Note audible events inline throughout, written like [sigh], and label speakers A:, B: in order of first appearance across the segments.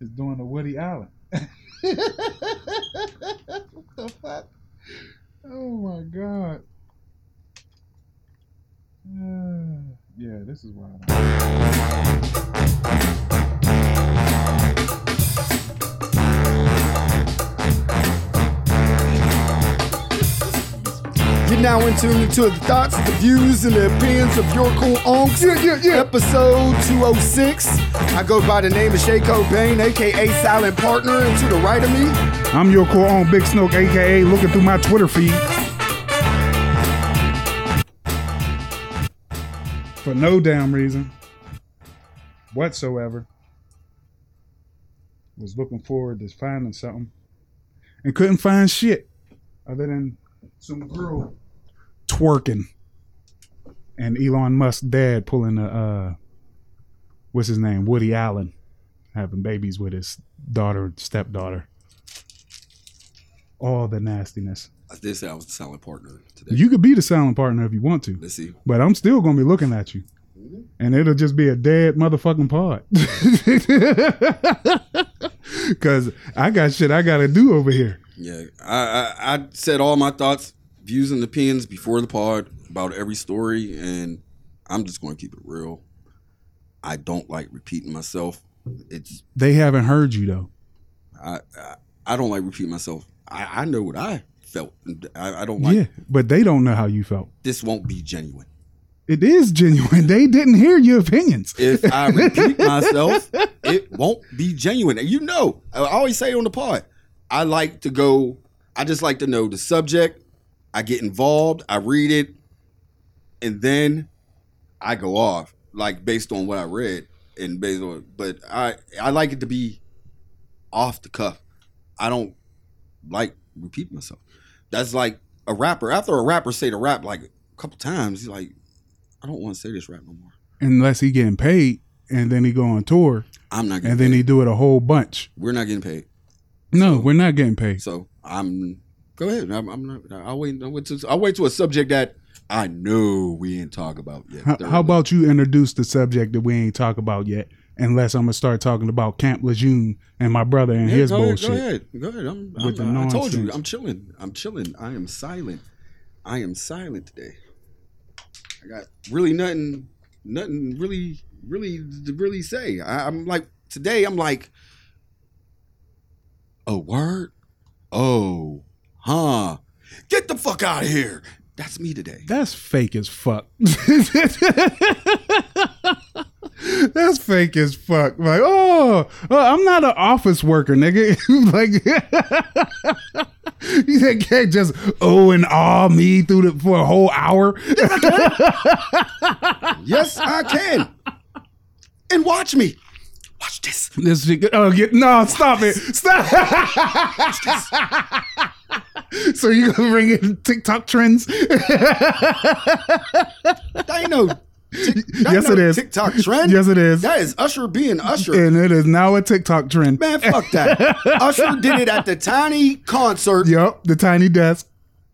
A: is doing a Woody Allen. [laughs] what the fuck? Oh my god. [sighs] Uh, yeah, this is wild.
B: You're now in tune to the thoughts, the views, and the opinions of your cool onks. Yeah, yeah, yeah. Episode 206. I go by the name of Shay Cobain, aka Silent Partner, and to the right of me,
A: I'm your core on Big Snook, aka looking through my Twitter feed. For no damn reason whatsoever. Was looking forward to finding something and couldn't find shit other than some girl twerking and Elon Musk's dad pulling a, uh, what's his name? Woody Allen having babies with his daughter, stepdaughter all the nastiness.
C: I did say I was the silent partner today.
A: You could be the silent partner if you want to,
C: Let's see.
A: but I'm still gonna be looking at you, and it'll just be a dead motherfucking pod. [laughs] Cause I got shit I gotta do over here.
C: Yeah, I, I I said all my thoughts, views, and opinions before the pod about every story, and I'm just going to keep it real. I don't like repeating myself. It's
A: They haven't heard you though.
C: I I, I don't like repeating myself. I, I know what I felt. I, I don't like
A: yeah, but they don't know how you felt.
C: this. Won't be genuine.
A: It is genuine. [laughs] They didn't hear your opinions.
C: If I repeat myself, it won't be genuine. And you know, I always say on the pod, I like to go, I just like to know the subject. I get involved, I read it, and then I go off, like based on what I read and based on but I I like it to be off the cuff. I don't like repeat myself. That's like a rapper. After a rapper say the rap like a couple times, he's like, I don't want to say this rap no more.
A: Unless he getting paid, and then he go on tour,
C: I'm not getting
A: and then
C: paid.
A: he do it a whole bunch.
C: We're not getting paid.
A: No, we're not getting paid.
C: So I'm go ahead. I'm, I'm not. I wait. I wait to. I wait to a subject that I know we ain't talk about yet.
A: How, how about you introduce the subject that we ain't talk about yet? Unless I'm gonna start talking about Camp Lejeune and my brother and
C: Yeah,
A: his
C: go
A: bullshit.
C: Ahead, go ahead. Go ahead. I'm, I'm,
A: With the
C: I told you.
A: nonsense.
C: I'm chilling. I'm chilling. I am silent. I am silent today. I got really nothing. Nothing really, really to really say. I, I'm like today. I'm like a word. Oh, huh. Get the fuck out of here. That's me today.
A: That's fake as fuck. [laughs] That's fake as fuck. Like, oh, oh, I'm not an office worker, nigga. [laughs] like, you can't just oh and ah me through the for a whole hour.
C: Yes, I can. [laughs] And watch me. Watch this.
A: This shit, oh, get, no, stop it, stop. [laughs] so you gonna bring in TikTok trends?
C: That ain't no.
A: Yes, it is.
C: TikTok trend.
A: Yes, it is.
C: That is Usher being Usher.
A: and it is now a TikTok trend.
C: Man,
B: [laughs]
C: fuck that. Usher did it at the tiny concert
A: Yup, the tiny desk.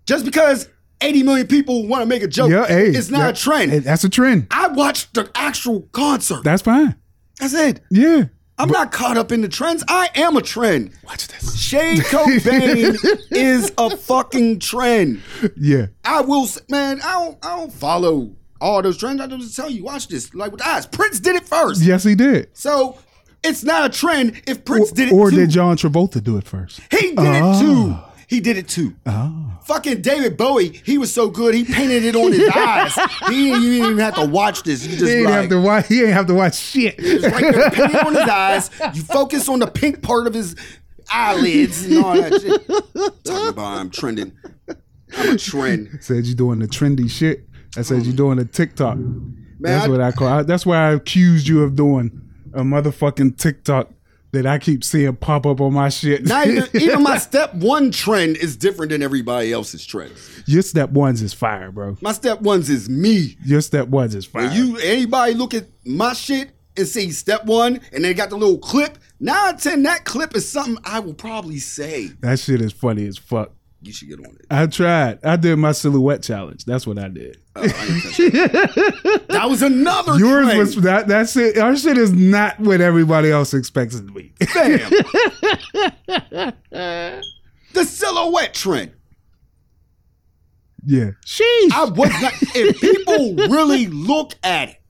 C: just because 80 million people want to make a joke.
A: Yeah, hey,
C: Oh, it's not
A: yeah.
C: a trend.
A: Hey, That's a trend.
C: I watched the actual concert.
A: That's fine.
C: That's it.
A: Yeah.
C: I'm not caught up in the trends. I am a trend.
A: Watch this.
C: Shade [laughs] Cobain is a fucking trend.
A: [laughs] Yeah.
C: I will, s- man. I don't, I don't follow all those trends. I just tell you, watch this. Like with the eyes, Prince did it first.
A: Yes, he did.
C: So it's not a trend if Prince did it.
A: or
C: too.
A: did John Travolta do it first?
C: He did it too. He did it too. Fucking David Bowie, he was so good. He painted it on [laughs] his eyes. He didn't, you didn't even have to watch this. You
A: He
C: just
A: ain't
C: like,
A: have to watch. He ain't have to watch shit.
C: it's right there, painted on his eyes. You focus on the pink part of his eyelids and all that shit. Talking about I'm trending. I'm a trend.
A: Said you doing the trendy shit. I said you doing the TikTok. that's
C: I-
A: what I call. I, that's why I accused you of doing a motherfucking TikTok that I keep seeing pop up on my shit.
C: Not
A: [laughs]
C: even, even my step one trend is different than everybody else's trends.
A: Your step ones is fire, bro.
C: My step ones is me.
A: Your step ones is fire.
C: When you anybody look at my shit and see step one, and they got the little clip. Nine out of ten, that clip is something I will probably say.
A: that shit is funny as fuck.
C: You should get on it.
A: I tried. I did my silhouette challenge. That's what I did.
C: Oh, I ain't touching it. that was another
A: Yours
C: trend.
A: was that. That's it. Our shit is not what everybody else expects it to be. [laughs]
C: Bam. the silhouette trend.
A: Yeah. Sheesh.
C: I was not. If people really look at it,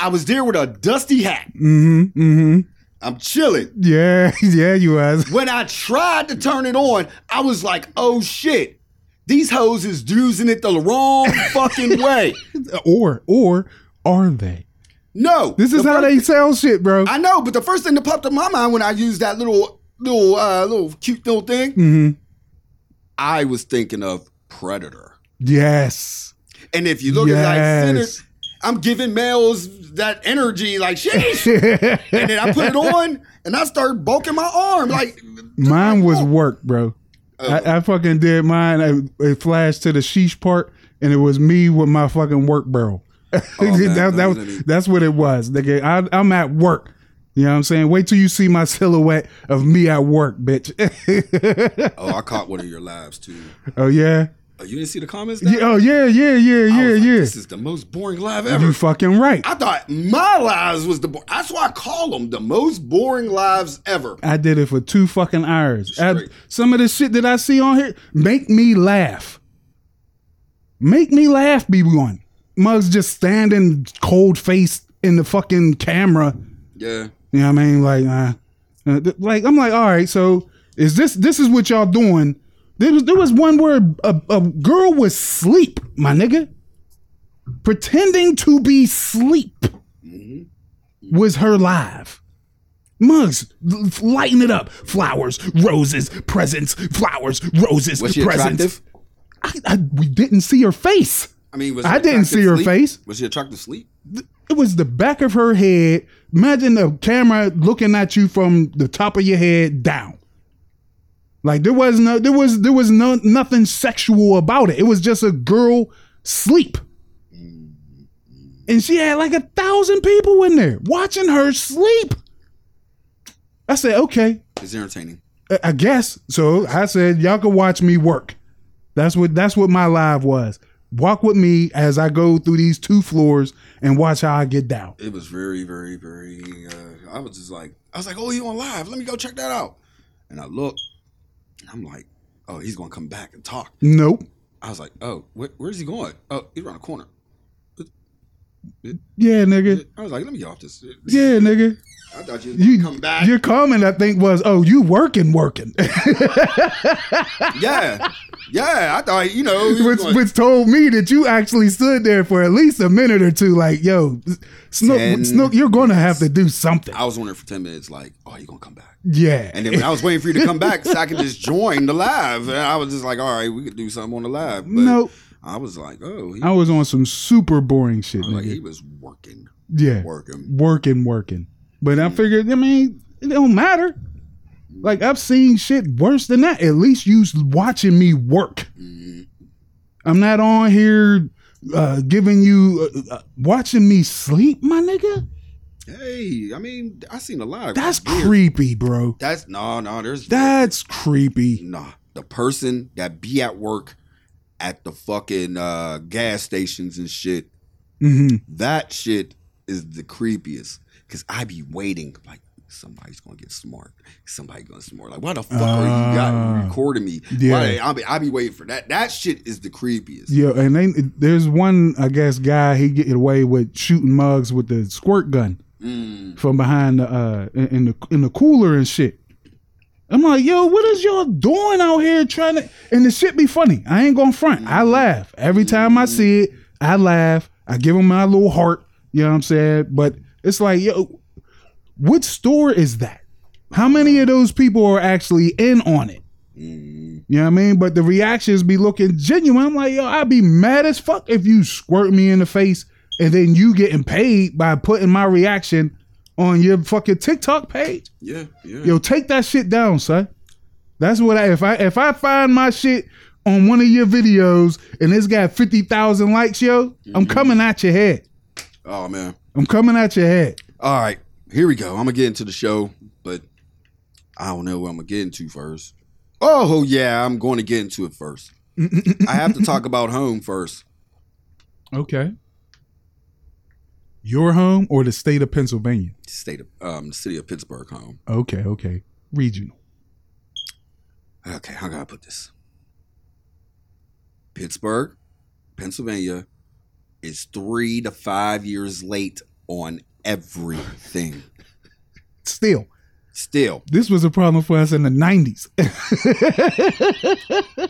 C: I was there with a dusty hat.
A: mm-hmm. Mm-hmm.
C: I'm chilling.
A: Yeah. [laughs] Yeah, you was.
C: When I tried to turn it on, I was like, "Oh shit, these hoes is using it the
A: [laughs]
C: wrong fucking way."
A: Or or are they?
C: No,
A: This is
C: The
A: how
C: first-
A: they sell shit, bro.
C: I know, but the first thing that popped up in my mind when I used that little, little, uh, little cute little thing,
A: mm-hmm.
C: I was thinking of Predator.
A: Yes.
C: And if you look at
A: Yes.
C: like sinners, I'm giving males that energy, like shit. [laughs] and
A: [laughs] Mine
C: then I put it on, and I start bulking my arm, like Oh.
A: was work, bro. I, I fucking did mine. I, it flashed to the sheesh part, and it was me with my fucking work [laughs] barrel.
C: Oh, man,
A: that, that
C: don't
A: was-
C: let me-
A: that's what it was. Nigga, I, I'm at work. You know what I'm saying? Wait till you see my silhouette of me at work, bitch.
C: oh, I caught one of your lives too.
A: [laughs] oh yeah?
C: Oh, you didn't see the comments?
A: yeah, oh yeah, yeah, yeah,
C: I
A: yeah,
C: was like,
A: yeah.
C: This is the most boring live ever.
A: you fucking right.
C: I thought my lives was the. Bo- That's why I call them the most boring lives ever.
A: I did it for two fucking hours. I-
C: Straight.
A: some of the shit that I see on here make me laugh. Make me laugh, B1. Mugs just standing cold faced in the fucking camera.
C: Yeah.
A: You know what I mean? Like, uh, uh, th- like I'm like, all right. So is this this is what y'all doing? There was there was one where a, a girl was sleep, my nigga, pretending to be sleep
C: Mm-hmm.
A: was her live. Mugs, l- f- lighten it up. Flowers, roses, presents, flowers, roses,
C: Was she
A: presents.
C: attractive?
A: I, I, we didn't see her face.
C: I mean, was
A: I
C: she
A: didn't see
C: attractive
A: her
C: sleep?
A: face.
C: Was she attractive sleep?
A: It was the back of her head. Imagine the camera looking at you from the top of your head down. Like there was no, there was there was no nothing sexual about it. It was just a girl sleep, and she had like a thousand people in there watching her sleep. I said, okay,
C: It's entertaining.
A: I- I guess. So I said, y'all can watch me work. That's what that's what my live was. Walk with me as I go through these two floors and watch how I get down.
C: It was very, very, very. Uh, I was just like, I was like, oh, you on live? Let me go check that out. And I look, and I'm like, oh, he's gonna come back and talk.
A: Nope.
C: I was like, oh, wh- where's he going? Oh, he's around the corner.
A: Yeah, nigga.
C: I was like, let me get off this.
A: Yeah, nigga.
C: I thought you was gonna
A: You
C: come back.
A: Your comment, I think, was, "Oh, you working,
C: [laughs]
A: working,"
C: yeah, yeah. I thought you know, he was
A: which
C: going,
A: which told me that you actually stood there for at least a minute or two. Like, yo, Snook,
C: Ten
A: Snook, you're gonna have to do something.
C: I was wondering for ten minutes, like, oh, you gonna come back?
A: Yeah.
C: And then when I was waiting for you to come back, so I could just join the live. And I was just like, all right, we could do something on the live. But
A: Nope.
C: I was like, oh, he, oh,
A: I was on some super boring shit,
C: like, he
A: nigga.
C: was working,
A: Yeah.
C: working.
A: working, working. But
C: Mm.
A: I figured, I mean, it don't matter. Like I've seen shit worse than that. At least you s- watching me work.
C: Mm-hmm.
A: I'm not on here uh, giving you uh, uh, watching me sleep, my nigga.
C: Hey, I mean, I seen a live.
A: That's
C: Weird.
A: creepy, bro.
C: That's no, no. There's
A: That's creepy.
C: nah. The person that be at work at the fucking uh, gas stations and shit.
A: hmm
C: That shit is the creepiest. Cause I be waiting like somebody's gonna get smart. Somebody gonna smart. Like why the fuck are you
A: Ah.
C: got recording me?
A: Yeah.
C: Why, I be I be waiting for that. That shit is the creepiest.
A: Yeah, and they, there's one, I guess, guy he get away with shooting mugs with the squirt gun.
C: Mm.
A: from behind the uh in, in the in the cooler and shit. I'm like, yo, what is y'all doing out here trying to? And the shit be funny. I ain't gonna front. I laugh every time I see it. I laugh. I give them my little heart. You know what I'm saying? But it's like, yo, what store is that? How many of those people are actually in on it?
C: Mm-hmm.
A: You know what I mean? But the reactions be looking genuine. I'm like, yo, I'd be mad as fuck if you squirt me in the face and then you getting paid by putting my reaction on your fucking TikTok page.
C: Yeah, yeah.
A: Yo, take that shit down, son. That's what I if I if I find my shit on one of your videos and it's got fifty thousand likes, yo, I'm coming at your head.
C: Oh man.
A: I'm coming at your head.
C: All right, here we go. I'm gonna get into the show, but I don't know what I'm gonna get into first. Oh yeah, I'm going to get into
A: [laughs]
C: it first. I have to talk about home first.
A: Okay. Your home or the state of Pennsylvania?
C: State of um, the city of Pittsburgh home.
A: Okay, okay. Regional.
C: Okay, how can I put this? Pittsburgh, Pennsylvania is three to five years late on everything.
A: Still,
C: Still,
A: this was a problem for us in the 90s.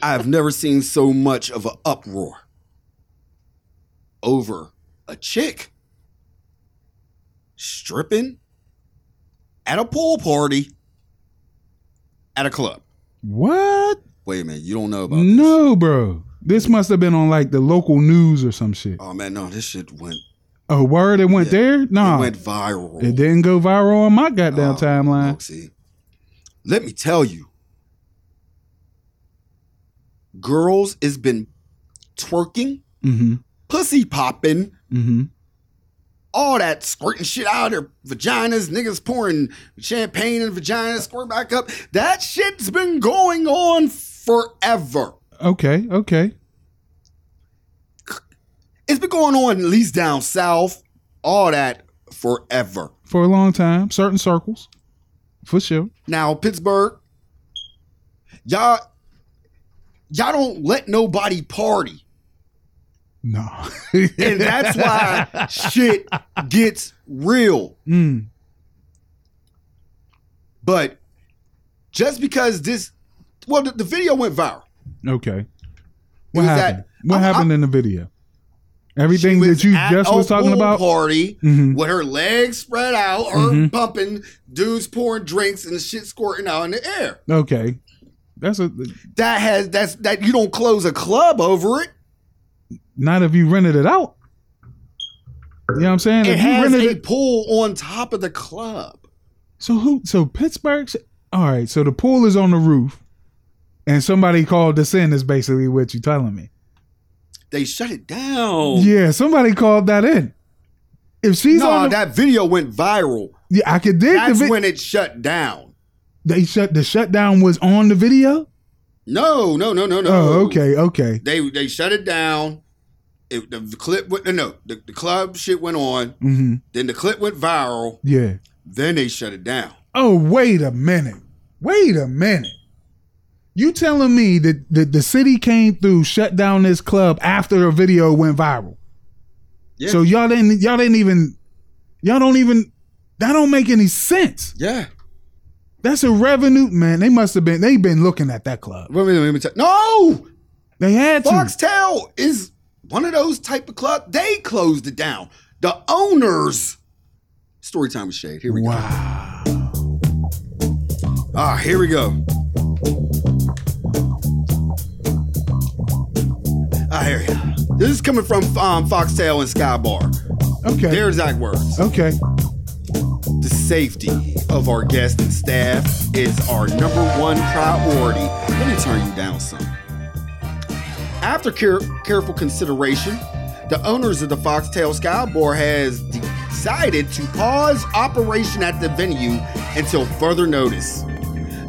C: I've never seen so much of an uproar over a chick stripping at a pool party at a club.
A: [laughs] what?
C: Wait a minute, you don't know about this?
A: No, bro. This must have been on like the local news or some shit.
C: Oh man, no, this shit went
A: Oh, word, it went
C: Yeah.
A: there? Nah.
C: it
A: It,
C: went viral.
A: didn't go viral on my goddamn
C: Oh,
A: timeline.
C: look, see, let me tell you, girls has been twerking,
A: Mm
C: pussy popping,
A: hmm. Mm hmm.
C: all that squirting shit out of their vaginas, niggas pouring champagne in vaginas, squirt back up. That shit's been going on forever.
A: Okay, okay.
C: It's been going on at least down south, all that forever.
A: For a long time, certain circles, for sure.
C: Now Pittsburgh, y'all, y'all don't let nobody party.
A: No.
C: [laughs] and that's why shit gets real.
A: [laughs] Mm.
C: But just because this, well, the, the video went viral.
A: Okay.
C: It
A: What
C: was
A: happened?
C: at-
A: what
C: I'm-
A: happened in the video? Everything
C: She was
A: that you
C: at
A: just
C: a
A: was talking
C: pool
A: about?
C: party
A: Mhm.
C: with her legs spread out, her
A: Mhm.
C: pumping, dudes pouring drinks and shit squirting out in the air.
A: Okay. That's a
C: That has that's that you don't close a club over it.
A: not if you rented it out. You know what I'm saying?
C: It
A: if you
C: has
A: rented
C: a
A: it,
C: pool on top of the club.
A: so who? So Pittsburgh's all right. So the pool is on the roof, and somebody called this in. Is basically what you're telling me.
C: They shut it down.
A: Yeah, somebody called that in. If she's
C: Oh. no,
A: on, the,
C: that video went viral.
A: yeah, I could dig the
C: That's
A: vi-
C: when it shut down.
A: they shut the shutdown was on the video.
C: No, no, no, no, no.
A: Oh, okay, okay.
C: They they shut it down. It, the, the clip went no, no the, the club shit went on.
A: Mm-hmm.
C: Then the clip went viral.
A: Yeah.
C: Then they shut it down.
A: Oh, wait a minute. Wait a minute. You telling me that the, the city came through, shut down this club after a video went viral?
C: Yeah.
A: So y'all didn't y'all didn't even y'all don't even that don't make any sense.
C: Yeah.
A: That's a revenue man. They must have been they been looking at that club.
C: Let me, let me tell- no,
A: They had to.
C: Foxtel is one of those type of club. They closed it down. The owners. Story time with Shade. Here we go.
A: Wow.
C: Ah, here we go. Ah, here we go. This is coming from um, Foxtail and Skybar.
A: Okay.
C: Their exact words.
A: okay.
C: The safety of our guests and staff is our number one priority. Let me turn you down some. After care- careful consideration, the owners of the Foxtail Skyboard has decided to pause operation at the venue until further notice.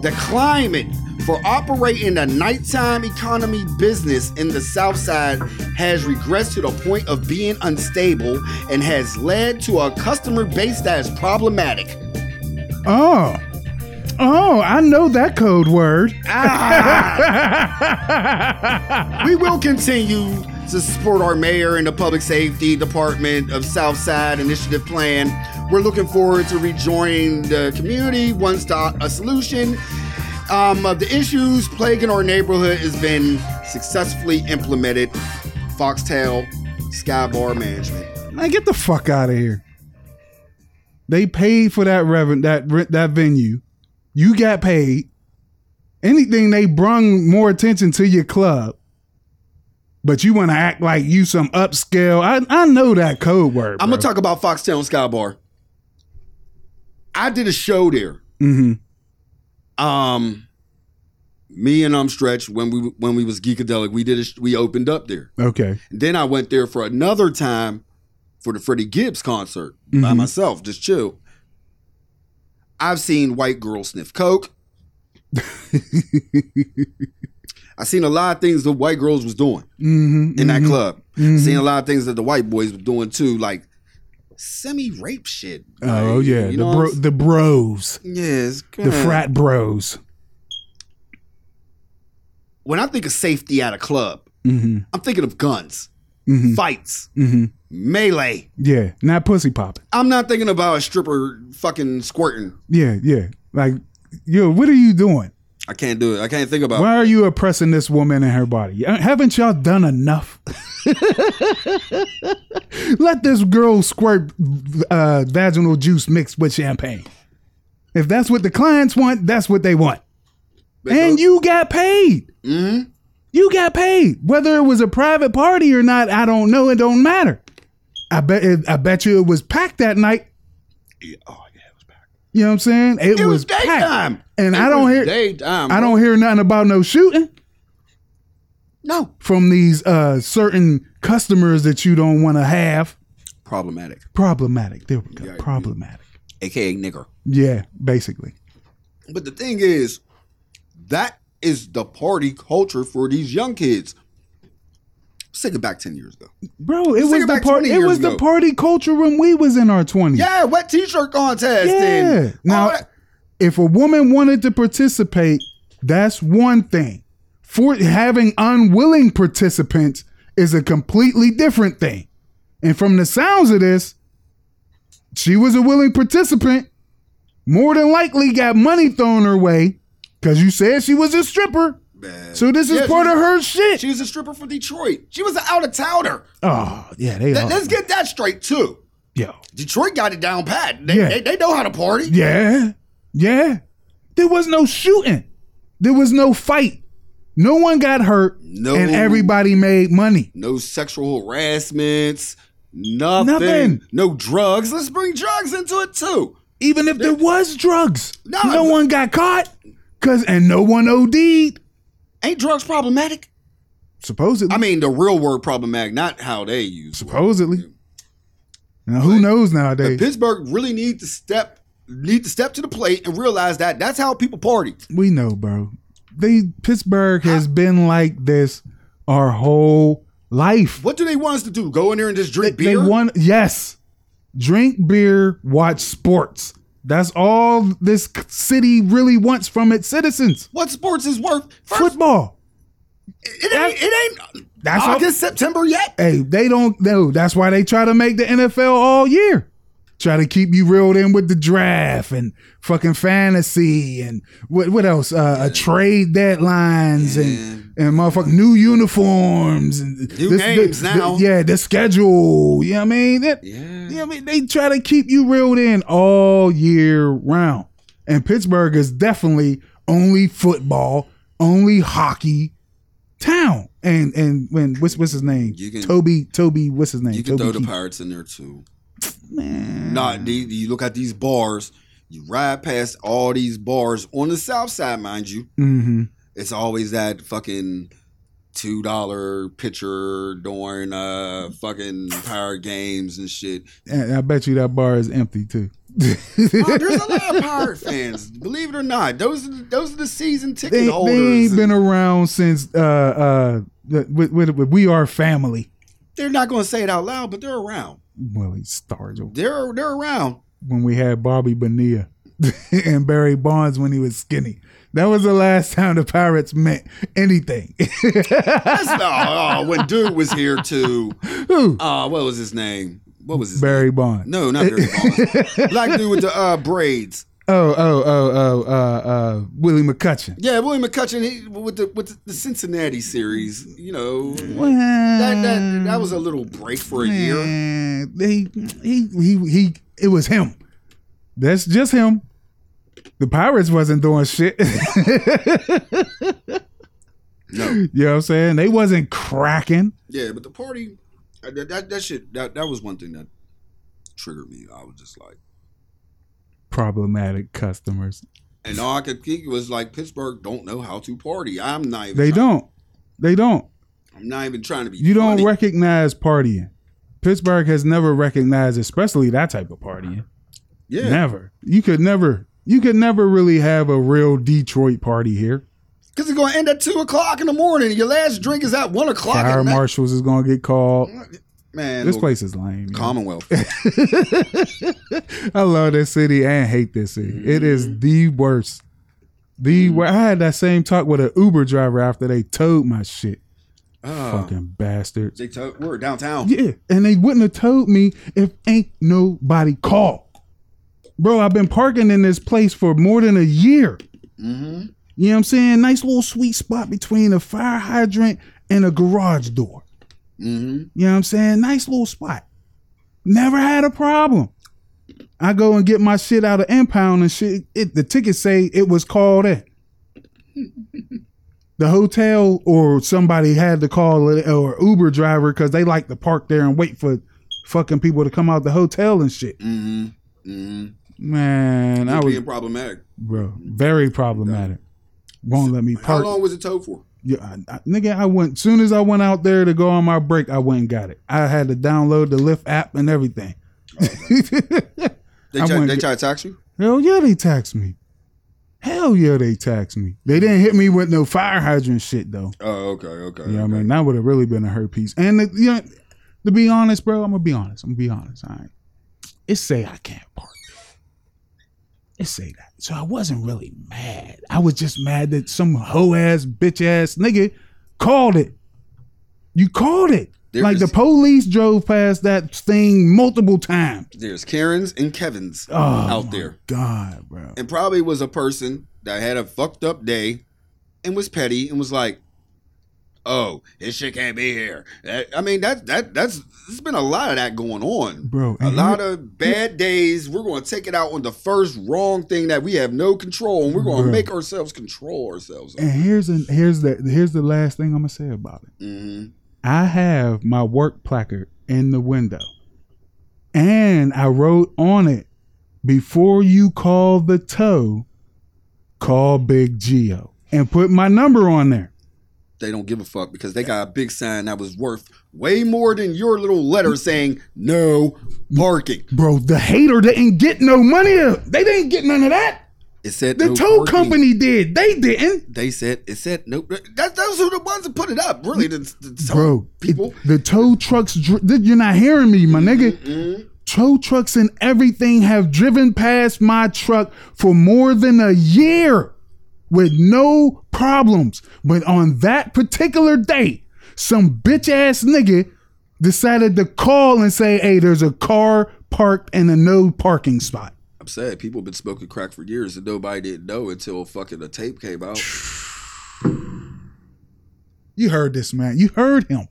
C: The climate for operating a nighttime economy business in the South Side has regressed to the point of being unstable and has led to a customer base that is problematic.
A: Oh. Oh, I know that code word. [laughs]
C: we will continue to support our mayor and the public safety department of Southside Initiative Plan. We're looking forward to rejoining the community once the, a solution um, of the issues plaguing our neighborhood has been successfully implemented. Foxtail Skybar Management.
A: Man, get the fuck out of here. They paid for that reven that rent that venue. You got paid. Anything they brung more attention to your club, but you want to act like you some upscale. I I know that code word.
C: I'm gonna talk about Foxtail and Skybar. I did a show there.
A: Mm-hmm.
C: Um, me and um Stretch when we when we was Geekadelic, we did a, sh- we opened up there.
A: Okay.
C: Then I went there for another time for the Freddie Gibbs concert by
A: Mhm.
C: myself, just chill. I've seen white girls sniff [laughs] coke. I seen a lot of things the white girls was doing
A: Mm-hmm.
C: Mm-hmm. in that club. Seen a lot of things that the white boys were doing too, like semi rape shit.
A: Oh
C: Like,
A: yeah,
C: you
A: the
C: know
A: bro,
C: what I'm
A: the bros,
C: s- yeah, it's
A: the
C: kinda-
A: frat bros.
C: When I think of safety at a club,
A: Mm-hmm.
C: I'm thinking of guns,
A: Mhm.
C: fights,
A: Mm-hmm.
C: melee.
A: Yeah, not pussy popping.
C: I'm not thinking about a stripper fucking squirting.
A: Yeah, yeah. Like, yo, what are you doing?
C: I can't do it. I can't think about.
A: Why are you oppressing this woman and her body? Uh, Haven't y'all done enough? [laughs] Let this girl squirt uh, vaginal juice mixed with champagne. If that's what the clients want, that's what they want. And you got paid.
C: Mhm.
A: You got paid. Whether it was a private party or not, I don't know. It don't matter. I bet. It, I bet you it was packed that night.
C: Oh yeah, it was back.
A: You know what I'm saying? It,
C: It was
A: packed.
C: daytime,
A: And
C: It
A: I don't
C: was
A: hear-
C: daytime.
A: I
C: bro.
A: don't hear nothing about no shooting.
C: No,
A: from these uh, certain customers that you don't want to have.
C: problematic,
A: Problematic. There we go.
C: Yeah,
A: Problematic.
C: aka nigger.
A: Yeah, basically.
C: But the thing is, that is the party culture for these young kids. Let's take it back ten years ago.
A: Mm. Bro, it
C: Let's take
A: was
C: it
A: the
C: back
A: party.
C: 20
A: It
C: years
A: was the
C: ago.
A: party culture when we was in our twenties.
C: Yeah, wet t-shirt contest.
A: Yeah.
C: And all
A: Now,
C: that-
A: if a woman wanted to participate, that's one thing. For having unwilling participants is a completely different thing. And from the sounds of this, she was a willing participant. More than likely, got money thrown her way because you said she was a stripper.
C: Man.
A: So this is
C: Yeah,
A: part
C: she-
A: of her shit.
C: She was a stripper for Detroit. She was an out of towner.
A: oh yeah, they are.
C: Let's get that straight too.
A: yo.
C: Detroit got it down pat. They,
A: Yeah.
C: they, they know how to party.
A: Yeah. Yeah. There was no shooting. There was no fight. No one got hurt.
C: No.
A: And everybody made money.
C: No sexual harassments. Nothing.
A: Nothing.
C: No drugs. Let's bring drugs into it too.
A: Even if there was drugs. No,
C: No.
A: one got caught. Cause and no one OD'd.
C: Ain't drugs problematic?
A: Supposedly.
C: I mean, the real word problematic, not how they use. it.
A: supposedly. Now who knows nowadays?
C: Pittsburgh really need to step need to step to the plate and realize that that's how people party.
A: we know, bro. They Pittsburgh has been like this our whole life.
C: What do they want us to do? Go in there and just drink
A: They
C: beer?
A: won. Yes, drink beer, watch sports. That's all this c- city really wants from its citizens.
C: what sports is worth? First,
A: Football.
C: it ain't, it ain't
A: That's all-
C: August, September yet.
A: Hey, they don't know. That's why they try to make the NFL all year. Try to keep you reeled in with the draft and fucking fantasy and what what else? Uh, uh, trade deadlines and and motherfucking new uniforms and
C: New games now.
A: yeah, the schedule. You know what I mean? That-
C: Yeah.
A: Yeah, I mean, they try to keep you reeled in all year round. And Pittsburgh is definitely only football, only hockey town. And and when what's what's his name?
C: You can-
A: Toby Toby what's his name?
C: You can
A: Toby
C: throw the
A: Keith.
C: pirates in there too. Man. Nah, the- you look at these bars. You ride past all these bars on the south side, mind you.
A: Mhm.
C: It's always that fucking two dollar pitcher during uh fucking pirate games and shit.
A: And I bet you that bar is empty too. [laughs]
C: Oh, there's a lot of pirate fans, believe it or not. Those are the, those are the season ticket
A: they,
C: holders.
A: they ain't been
C: and
A: around since uh uh the, with, with, with we are family.
C: they're not going to say it out loud, but they're around.
A: Willie Stargell.
C: They're they're around.
A: when we had Bobby Bonilla [laughs] and Barry Bonds when he was skinny. That was the last time the Pirates meant anything. [laughs]
C: That's oh, oh, when dude was here too.
A: Who?
C: Uh, what was his name? What was his
A: Barry Bonds.
C: name? No, not
A: [laughs]
C: Barry Bonds. Black dude with the uh, braids.
A: Oh, oh, oh, oh, uh, uh, Willie McCutcheon.
C: Yeah, William McCutcheon he, with the with the Cincinnati series. You know, that, that that was a little break for a year.
A: Man, He, he, he, he, it was him. That's just him. The Pirates wasn't doing shit. [laughs]
C: No,
A: you know what I'm saying? They wasn't cracking.
C: yeah, but the party uh, that that, that shit that, that was one thing that triggered me. I was just like,
A: Problematic customers.
C: and all I could think was like, Pittsburgh don't know how to party. I'm not even.
A: They
C: trying,
A: don't. They don't.
C: I'm not even trying to be.
A: You don't
C: funny.
A: recognize partying. Pittsburgh has never recognized, especially that type of partying.
C: Yeah,
A: Never. You could never. You could never really have a real Detroit party here.
C: because it's gonna end at two o'clock in the morning. Your last drink is at one o'clock.
A: Fire
C: at night.
A: marshals is gonna get called.
C: Man,
A: This
C: look,
A: place is lame. yo. [laughs]
C: Commonwealth.
A: I love this city and hate this city. It
C: Mm-hmm.
A: is the worst. The wor- I had that same talk with an Uber driver after they towed my shit.
C: Ah,
A: Fucking bastards.
C: they told- we're downtown.
A: Yeah, and they wouldn't have told me if ain't nobody called. Bro, I've been parking in this place for more than a year.
C: Mm-hmm.
A: You know what I'm saying? Nice little sweet spot between a fire hydrant and a garage door.
C: Mm-hmm.
A: You know what I'm saying? Nice little spot. Never had a problem. I go and get my shit out of impound and shit. It, the tickets say it was called in. the hotel or somebody had to call it or Uber driver because they like to park there and wait for fucking people to come out the hotel and shit.
C: Mm-hmm. Mm-hmm.
A: Man, I
C: You're
A: was
C: being problematic.
A: bro very problematic. Won't let me
C: How
A: park.
C: long was it towed for?
A: Yeah, I, I, nigga, I went. Soon as I went out there to go on my break, I went and got it. I had to download the Lyft app and everything. [laughs]
C: They
A: I
C: try,
A: wanna
C: they
A: get-
C: try to tax you?
A: Hell yeah, they taxed me. Hell yeah, they taxed me. They didn't hit me with no fire hydrant shit though.
C: Oh, okay, okay.
A: You know what I
C: okay.
A: mean? That would have really been a hurt piece. And the, you know, to be honest, bro, I'm gonna be honest. I'm gonna be honest. All right. It say I can't park. It say that. So I wasn't really mad. I was just mad that some hoe ass bitch ass nigga called it. You called it.
C: There
A: like
C: is-
A: the police drove past that thing multiple times.
C: There's Karens and Kevins
A: Oh,
C: out
A: my
C: there.
A: God, bro.
C: And probably was a person that had a fucked up day and was petty and was like, oh, this shit can't be here. That- I mean, that, that that's, there's been a lot of that going on.
A: Bro,
C: A
A: and
C: lot of bad days. We're going to take it out on the first wrong thing that we have no control, and we're going to
A: Bro.
C: make ourselves control ourselves.
A: And here's an here's the here's the last thing I'm gonna say about it.
C: hmm
A: I have my work placard in the window. And I wrote on it, before you call the tow, call Big Geo. And put my number on there.
C: They don't give a fuck because they got a big sign that was worth way more than your little letter saying no parking.
A: Bro, the hater didn't get no money. They didn't get none of that.
C: It said
A: The
C: no
A: tow
C: parking.
A: company did. They didn't.
C: They said it said no. That those are the ones that put it up. Really, the, the tow
A: Bro,
C: people.
A: the tow trucks, dr- you're not hearing me, my nigga.
C: Mm,
A: tow trucks and everything have driven past my truck for more than a year with no problems. But on that particular day, some bitch ass nigga decided to call and say, hey, there's a car parked in a no parking spot.
C: I'm sad. People have been smoking crack for years, and nobody didn't know until fucking the tape came out.
A: [sighs] You heard this man. You heard him.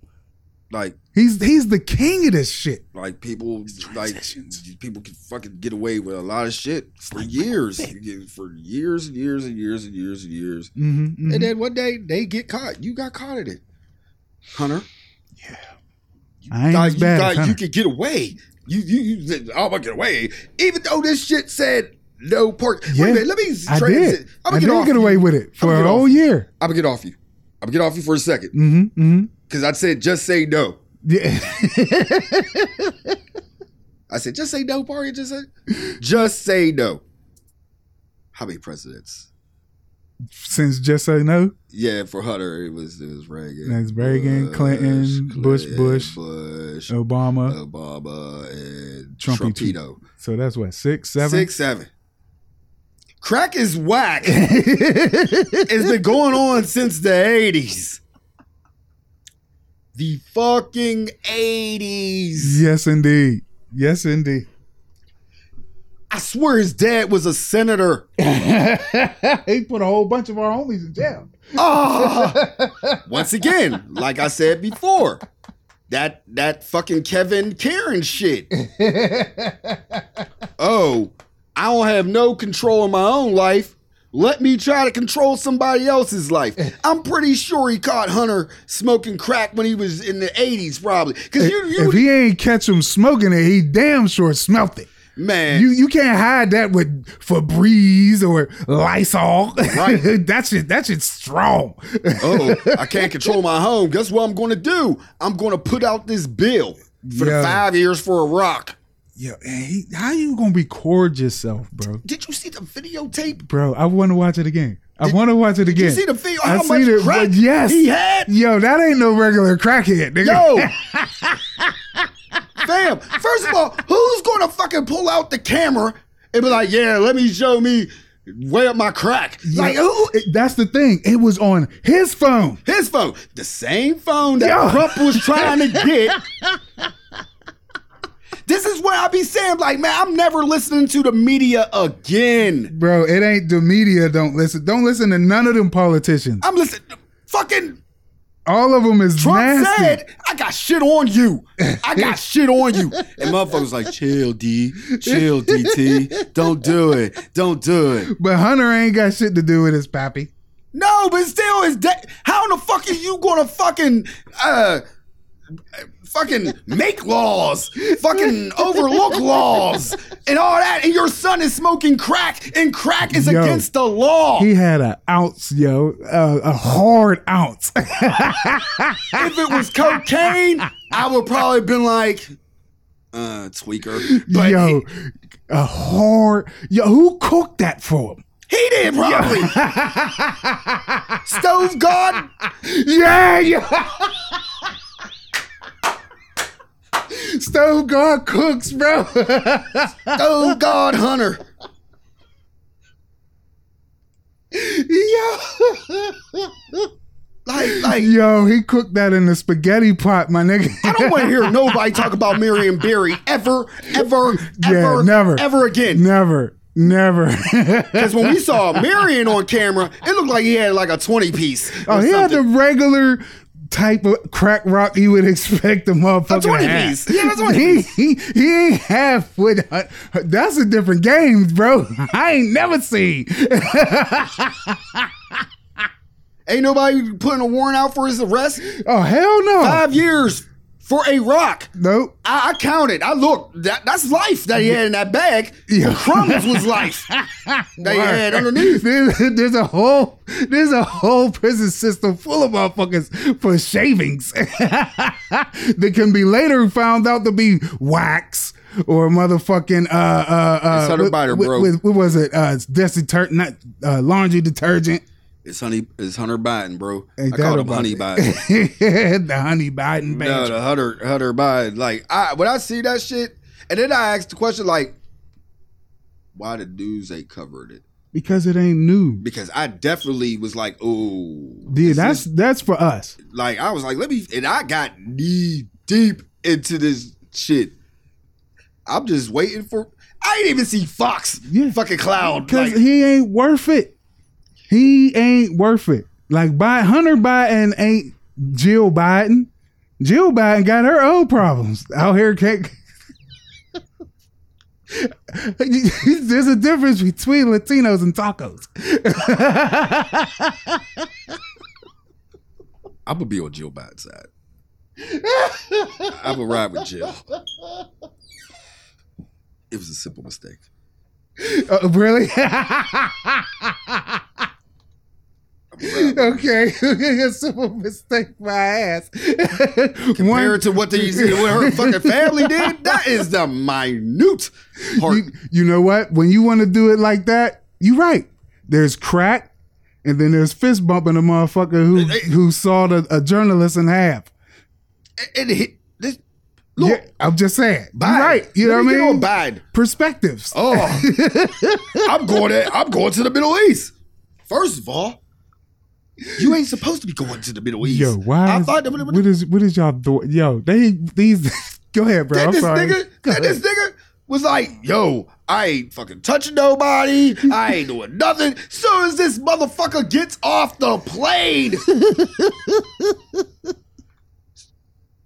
C: Like
A: He's he's the king of this shit.
C: Like people, like
A: transitions.
C: people can fucking get away with a lot of shit for years, You get- for years and years and years and years and years.
A: Mm-hmm,
C: And then one day they get caught. You got caught at it, Hunter.
A: I ain't
C: Thought
A: as
C: you
A: bad as
C: thought you
A: Hunter.
C: could get away. You you you said, "Oh, I'm gonna get away, even though this shit said no park. Wait
A: Yeah,
C: a minute, let me
A: I
C: transit.
A: did.
C: I'm
A: I
C: gonna get
A: did
C: off
A: get away
C: you.
A: with it for
C: I'ma
A: a
C: get
A: whole
C: off.
A: year.
C: I'm gonna get off you. I'm gonna get off you for a second
A: Mm-hmm. mm-hmm.
C: because I said just say no.
A: Yeah.
C: I said, just say no, party. Just say, just say no. How many presidents?
A: [laughs] Since just say no.
C: Yeah, for Hunter, it was it was Reagan.
A: That's Reagan, Clinton, Bush, Uh, Bush,
C: Bush,
A: Obama.
C: Obama, and
A: Trumpy too.
C: Trumpito.
A: So that's what six, seven.
C: Six, seven. Crack is whack. it's been going on since the eighties. The fucking eighties.
A: [laughs] Yes, indeed. Yes, indeed.
C: I swear his dad was a senator.
A: [laughs] he put a whole bunch of our homies in jail.
C: Ah! Once again, like I said before, that that fucking Kevin Karen shit. oh, I don't have no control in my own life. Let me try to control somebody else's life. I'm pretty sure he caught Hunter smoking crack when he was in the 80s, probably. Cause you, you
A: If he ain't catch him smoking it, he damn sure smelt it.
C: man,
A: You you can't hide that with Febreze or Lysol.
C: Right.
A: [laughs] that shit that shit's strong.
C: oh, I can't control my home. Guess what I'm going to do? I'm going to put out this bill for
A: Yeah.
C: the five years for a rock.
A: Yo, and he, how you gonna record yourself, bro?
C: Did you see the videotape
A: Bro, I want to watch it again. I want to watch it again.
C: You see the video?
A: I
C: How
A: seen
C: much
A: it,
C: crack
A: but yes.
B: [laughs]
C: he had?
A: Yo, that ain't no regular crackhead, nigga.
C: Yo, Fam, first of all, who's gonna fucking pull out the camera and be like, yeah, let me show me way up my crack? Like, who?
A: It- that's the thing. It was on his phone.
C: His phone, the same phone that
A: Yo.
C: Trump was trying to get. this is where I be saying, like, man, I'm never listening to the media again.
A: Bro, it ain't the media. Don't listen. Don't listen to none of them politicians.
C: I'm listening to fucking
A: All of them is
C: Trump
A: nasty.
C: said, I got shit on you. I got shit on you. And motherfuckers like, chill, D. Chill, DT. Don't do it. Don't do it.
A: But Hunter ain't got shit to do with his pappy.
C: No, but still, is that how in the fuck are you gonna fucking uh fucking make laws, fucking overlook laws and all that, and your son is smoking crack, and crack is
A: Yo.
C: against the law.
A: He had an ounce, yo, uh, a hard [laughs] ounce.
C: if it was cocaine,
A: Ah,
C: I would probably been like, uh, tweaker. But
A: yo, a hard. Yo, who cooked that for him?
C: He did probably. Stove God.
A: Yeah, [laughs] yeah. Stove God cooks, bro. [laughs]
C: Stove God Hunter.
A: yo,
C: Like, like
A: yo, he cooked that in the spaghetti pot, my nigga.
C: I don't want to hear nobody talk about Miriam Berry ever, ever,
A: Yeah,
C: ever,
A: never.
C: ever
A: [laughs]
C: again.
A: never, never.
C: Because when we saw Marion on camera, it looked like he had like a 20 piece.
A: Oh, he had the regular type of crack rock you would expect a motherfucker
C: That's what
A: to
C: it
A: have.
C: is. Yeah, that's what it
A: he,
C: is.
A: he, he ain't half with. Uh, that's a different game, bro. [laughs] I ain't never seen. [laughs]
C: Ain't nobody putting a warrant out for his arrest.
A: Oh hell no.
C: Five years for a rock.
A: nope.
C: I, I counted. I looked. That, that's life that he had in that bag.
A: Yeah.
C: Crumbs
A: [laughs]
C: was life that he [laughs] had underneath.
A: There's, there's a whole there's a whole prison system full of motherfuckers for shavings [laughs] that can be later found out to be wax or mhetherfucking uh uh uh
C: It's under biter,
A: with-
C: bro.
A: with- what was it uh desi not uh, laundry detergent
C: It's honey. It's Hunter Biden, bro.
A: Ain't
C: I
A: that
C: called him
A: about
C: Honey
A: it? [laughs]
C: Biden.
A: the honey Biden badge.
C: no, the Hunter Hunter Biden. Like I when I see that shit, and then I asked the question like, why the news ain't covered it?
A: because it ain't new.
C: Because I definitely was like, oh,
A: Dude,
C: this
A: that's
C: is-
A: that's for us.
C: like I was like, let me, and I got knee deep into this shit. I'm just waiting for. I didn't even see Fox.
A: Yeah.
C: Fucking cloud.
A: Cause
C: like-
A: he ain't worth it. He ain't worth it. Like by Hunter Biden ain't Jill Biden. Jill Biden got her own problems out here. Can't. [laughs] There's a difference between Latinos and tacos. [laughs]
C: I'm gonna be on Jill Biden's side. I'm gonna ride with Jill. It was a simple mistake.
A: Uh, really? [laughs]
C: I'ma
A: [laughs]
C: ride with her.
A: okay, it's simple mistake. My ass.
C: Compared to what these what
A: [laughs]
C: her fucking family did, that is the minute part.
A: you, you know what? When you want to do it like that, you right. There's crack, and then there's fist bumping a motherfucker who
C: Hey.
A: who sawed a, a journalist in half.
C: and hit this. Look,
A: Yeah, I'm just saying. You
C: Biden.
A: right. You
C: Let
A: know
C: me
A: what I mean?
C: get on Biden.
A: Perspectives.
C: Oh, I'm going. To, I'm going to the Middle East. First of all, you ain't supposed to be going to the Middle East.
A: yo, why?
C: I
A: Is,
C: thought the Middle
A: what is what is y'all doing? Yo, they these. [laughs] go ahead, bro.
C: Then
A: I'm
C: this
A: sorry.
C: nigga,
A: Go
C: then this
A: ahead.
C: nigga was like, "Yo, I ain't fucking touching nobody. I ain't doing nothing." Soon as this motherfucker gets off the plane,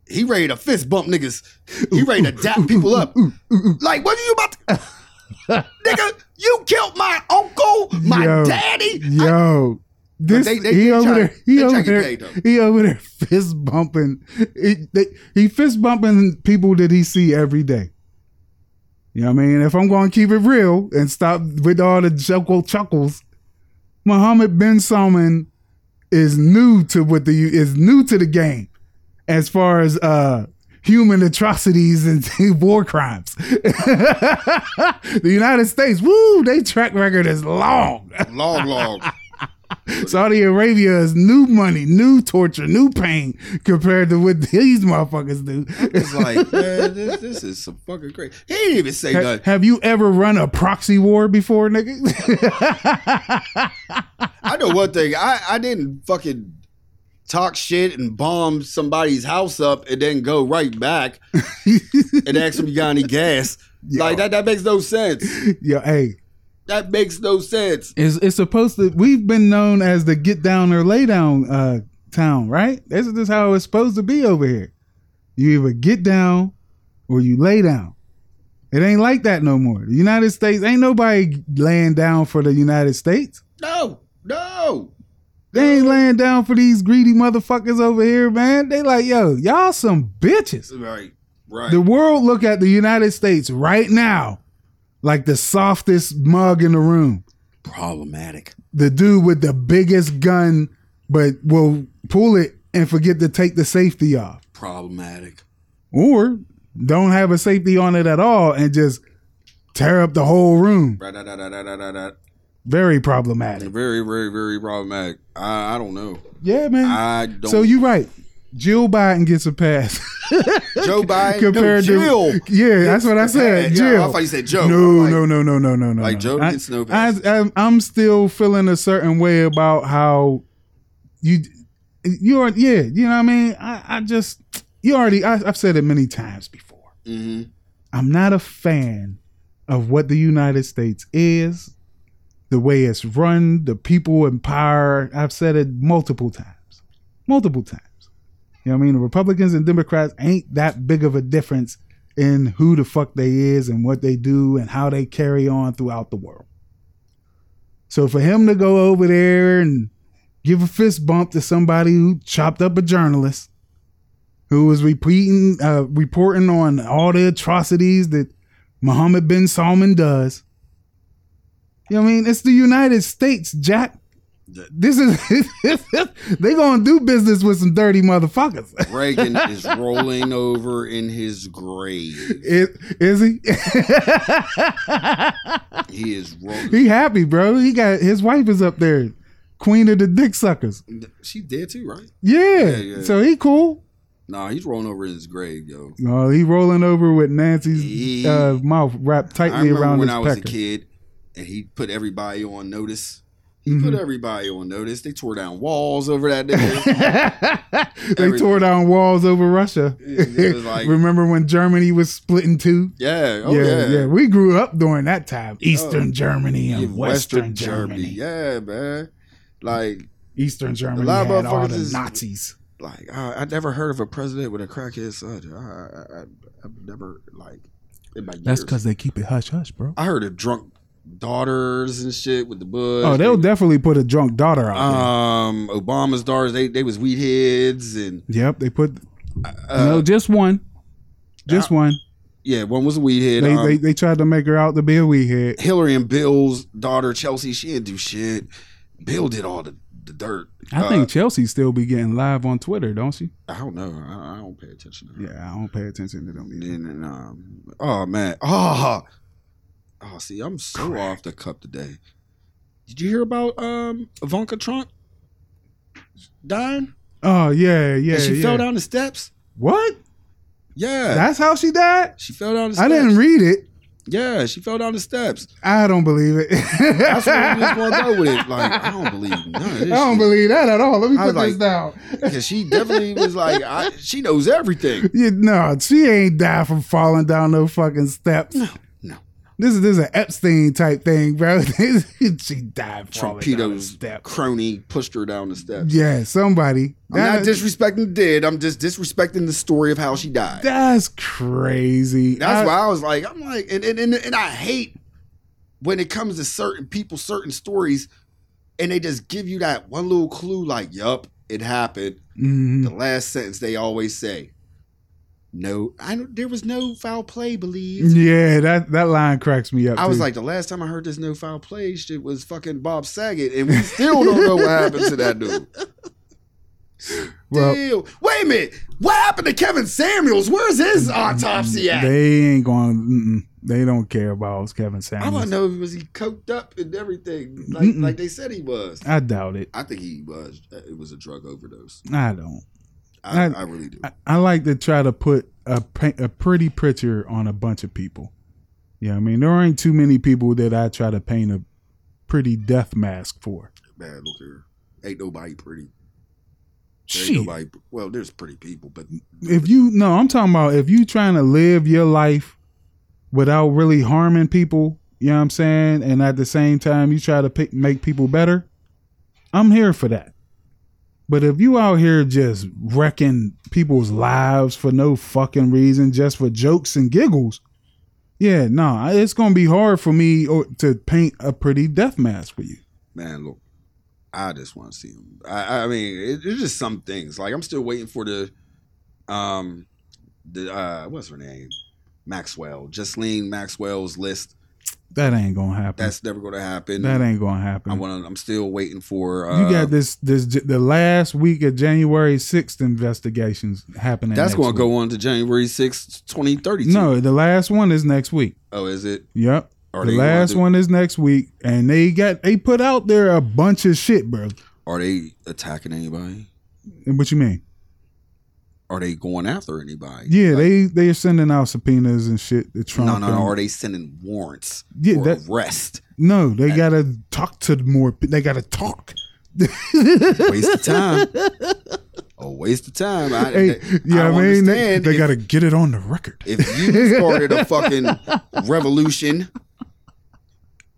C: he ready to fist bump niggas. He ready to dap people up. Like, what are you about? To- Nigga, you killed my uncle, my
A: Yo.
C: daddy. I-
A: Yo, this
C: they- they-
A: he
C: they
A: over
C: try-
A: there. He
C: they try
A: over
C: to get
A: there.
C: paid, though.
A: he over there [laughs] fist bumping. He, they, he fist bumping people that he see every day. You know what I mean? If I'm going to keep it real and stop with all the chuckle chuckles, Mohammed bin Salman is new to what the is new to the game as far as uh human atrocities and [laughs] war crimes. the United States, woo, they track record is long. [laughs]
C: long, long.
A: Saudi Arabia is new money, new torture, new pain compared to what [laughs] these motherfuckers do. [laughs]
C: It's like, man, this, this is some fucking crazy. He didn't even say
A: Ha-
C: nothing.
A: Have you ever run a proxy war before, nigga? [laughs]
C: I know one thing. I, I didn't fucking talk shit and bomb somebody's house up and then go right back and ask them
A: [laughs]
C: you got any gas. Like that that makes no sense.
A: Yo, hey,
C: That makes no sense.
A: it's, it's supposed to. We've been known as the get down or lay down uh, town, right? This is just how it's supposed to be over here. You either get down or you lay down. It ain't like that no more. The United States ain't nobody laying down for the United States.
C: No, no.
A: They ain't laying down for these greedy motherfuckers over here, man. They like, yo, y'all some bitches.
C: Right, right.
A: The world look at the United States right now like the softest mug in the room.
C: Problematic.
A: The dude with the biggest gun, but will pull it and forget to take the safety off.
C: Problematic.
A: Or don't have a safety on it at all and just tear up the whole room.
C: Right, da, da, da, da, da, da, da.
A: Very problematic.
C: Very, very, very problematic. I, I don't know.
A: Yeah, man.
C: I don't.
A: so you right. Jill Biden gets a pass. [laughs]
C: Joe Biden
A: compared
C: no,
A: to
C: Jill.
A: yeah, that's what I said.
C: Yeah,
A: Jill.
C: I thought you said Joe.
A: No,
C: I'm like,
A: no, no, no, no, no, no.
C: like
A: no.
C: Joe
A: I,
C: gets no
A: I,
C: passes.
A: I, I'm still feeling a certain way about how you, you are. Yeah, you know what I mean. I, I just you already. I, I've said it many times before.
C: Mhm.
A: I'm not a fan of what the United States is, the way it's run, the people in power. I've said it multiple times, multiple times. You know what I mean? The Republicans and Democrats ain't that big of a difference in who the fuck they is and what they do and how they carry on throughout the world. So for him to go over there and give a fist bump to somebody who chopped up a journalist who was repeating uh, reporting on all the atrocities that Mohammed bin Salman does. You know what I mean? It's the United States, Jack. This is [laughs] they gonna do business with some dirty motherfuckers. [laughs]
C: Reagan is rolling over in his grave.
A: Is, is he? [laughs]
C: He is rolling.
A: he happy, bro. He got his wife is up there, queen of the dick suckers.
C: She did too, right?
A: Yeah,
C: yeah.
A: so he cool.
C: Nah, he's rolling over in his grave, yo.
A: Oh, he rolling over with Nancy's
C: He-
A: uh, mouth wrapped
C: I
A: tightly
C: remember
A: around
C: when
A: his
C: I was
A: pecker.
C: a kid, and he put everybody on notice. He put
A: Mm-hmm.
C: everybody on notice. They tore down walls over
A: [laughs]
C: that nigga.
A: they tore down walls over Russia. [laughs]
C: It was like-
A: Remember when Germany was split in two?
C: yeah, oh yeah, Oh.
A: We grew up during that time. Eastern Germany and
C: Yeah,
A: Western, Germany.
C: Yeah, man. Like,
A: Eastern Germany
C: lot of
A: had all
C: motherfuckers
A: the
C: is-
A: Nazis.
C: like I, I never heard of a president with a crackhead son. I, I, I, I've never like in my years.
A: they keep it hush hush, bro.
C: I heard of drunk daughters and shit with the bush.
A: Oh, they'll definitely put a drunk daughter out there.
C: um Obama's daughters. They they was weed heads and
A: Yep, they put
C: uh,
A: no, just one, just one.
C: yeah, one was a weed head.
A: They,
C: um,
A: they they tried to make her out to be a weed head.
C: Hillary and Bill's daughter Chelsea. She didn't do shit. Bill did all the, the dirt.
A: I
C: uh,
A: think Chelsea still be getting live on Twitter, don't she?
C: I don't know. I, I don't pay attention. To her.
A: Yeah, I don't pay attention to them.
C: And
A: either.
C: then and, um, oh man, oh, oh, see, I'm so off the cup today. Did you hear about um Ivanka Trump dying?
A: Oh yeah, yeah.
C: and she
A: yeah.
C: fell down the steps.
A: What?
C: Yeah, [laughs]
A: That's how she died?
C: she fell down the. steps.
A: I didn't read it.
C: Yeah, she fell down
A: [laughs]
C: the steps.
A: I don't believe it.
C: That's where we was gonna go with it. Like I don't believe none of this.
A: [laughs] I don't believe that at all. Let me
C: I
A: put
C: was
A: this
C: like-
A: down. [laughs]
C: because she definitely was like, I, she knows everything.
A: Yeah, no, she ain't died from falling down no fucking steps.
C: No,
A: This is this is an Epstein type thing, bro. [laughs] she died from falling
C: Torpedo's
A: step.
C: crony pushed her down the steps.
A: Yeah, somebody.
C: I'm not
A: That-
C: disrespecting the dead. I'm just disrespecting the story of how she died.
A: that's crazy.
C: That's
A: I-
C: why I was like, I'm like, and, and and and I hate when it comes to certain people, certain stories, and they just give you that one little clue, like, yup, it happened.
A: Mhm.
C: The last sentence they always say, no, I don't, there was no foul play, believe.
A: Yeah, that that line cracks me up.
C: I was
A: too.
C: like, the last time I heard this no foul play shit was fucking Bob Saget, and we still don't know what happened to that dude.
A: [laughs] Well-
C: Still-
A: [laughs]
C: wait a minute, what happened to Kevin Samuels? Where's his autopsy at?
A: they ain't going. Mm-mm, They don't care about Kevin
C: I want to
A: Samuels.
C: know was he coked up and everything, like
A: Mm-mm.
C: like they said he was.
A: I doubt it.
C: I think he was. uh, It was a drug overdose.
A: I don't.
C: I, I,
A: I-
C: really do.
A: I, I like to try to put a pa- a pretty picture on a bunch of people. Yeah, I mean, there ain't too many people that I try to paint a pretty death mask for.
C: Man, look here. Ain't nobody pretty. There ain't
A: Shit.
C: nobody. Well, there's pretty people, but
A: If you no, I'm talking about if you trying to live your life without really harming people, you know what I'm saying, and at the same time you try to pick, make people better, I'm here for that. But if you out here just wrecking people's lives for no fucking reason, just for jokes and giggles, yeah, no, nah, it's gonna be hard for me or, to paint a pretty death mask for you.
C: man, look, I just want to see him. I, I mean, it, it's just some things. Like I'm still waiting for the, um, the uh, what's her name, Maxwell, Justine Maxwell's list.
A: That ain't gonna happen.
C: That's never going to happen.
A: that ain't gonna happen.
C: I want. to I'm still waiting for. Uh,
A: You got this this the last week of January 6th investigations happening.
C: That's
A: going
C: going to go on to January sixth, twenty thirty.
A: No, the last one is next week.
C: Oh, is it?
A: Yep.
C: Are
A: the
C: they gonna
A: last
C: do-
A: one is next week and they got they put out there a bunch of shit, bro.
C: Are they attacking anybody?
A: And What you mean?
C: Are they going after anybody?
A: Yeah,
C: Like,
A: they they're sending out subpoenas and shit to Trump.
C: No, no, no.
A: and-
C: Are they sending warrants
A: Yeah,
C: for
A: that-
C: arrest?
A: no, they got to talk to more pe- they got to talk.
C: Waste of time. A waste of time. I,
A: Hey, yeah,
C: I,
A: I,
C: don't
A: mean they,
C: understand
A: they
C: if-
A: got to get it on the record.
C: if you started a fucking revolution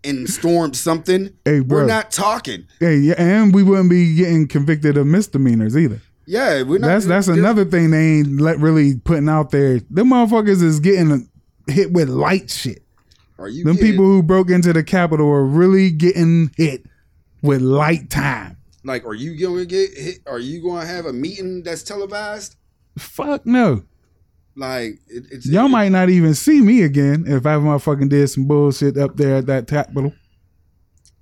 C: and stormed something,
A: Hey, bro.
C: we're not talking.
A: Hey, yeah, and we wouldn't be getting convicted of misdemeanors either.
C: Yeah, we're not.
A: That's that's another thing they ain't let really putting out there. Them motherfuckers is getting hit with light shit.
C: Are you
A: Them
C: kidding?
A: people who broke into the Capitol are really getting hit with light time.
C: like? Are you going to get hit? Are you going to have a meeting that's televised?
A: Fuck no.
C: Like it, it's
A: Y'all
C: it-
A: might not even see me again if I motherfucking did some bullshit up there at that Capitol.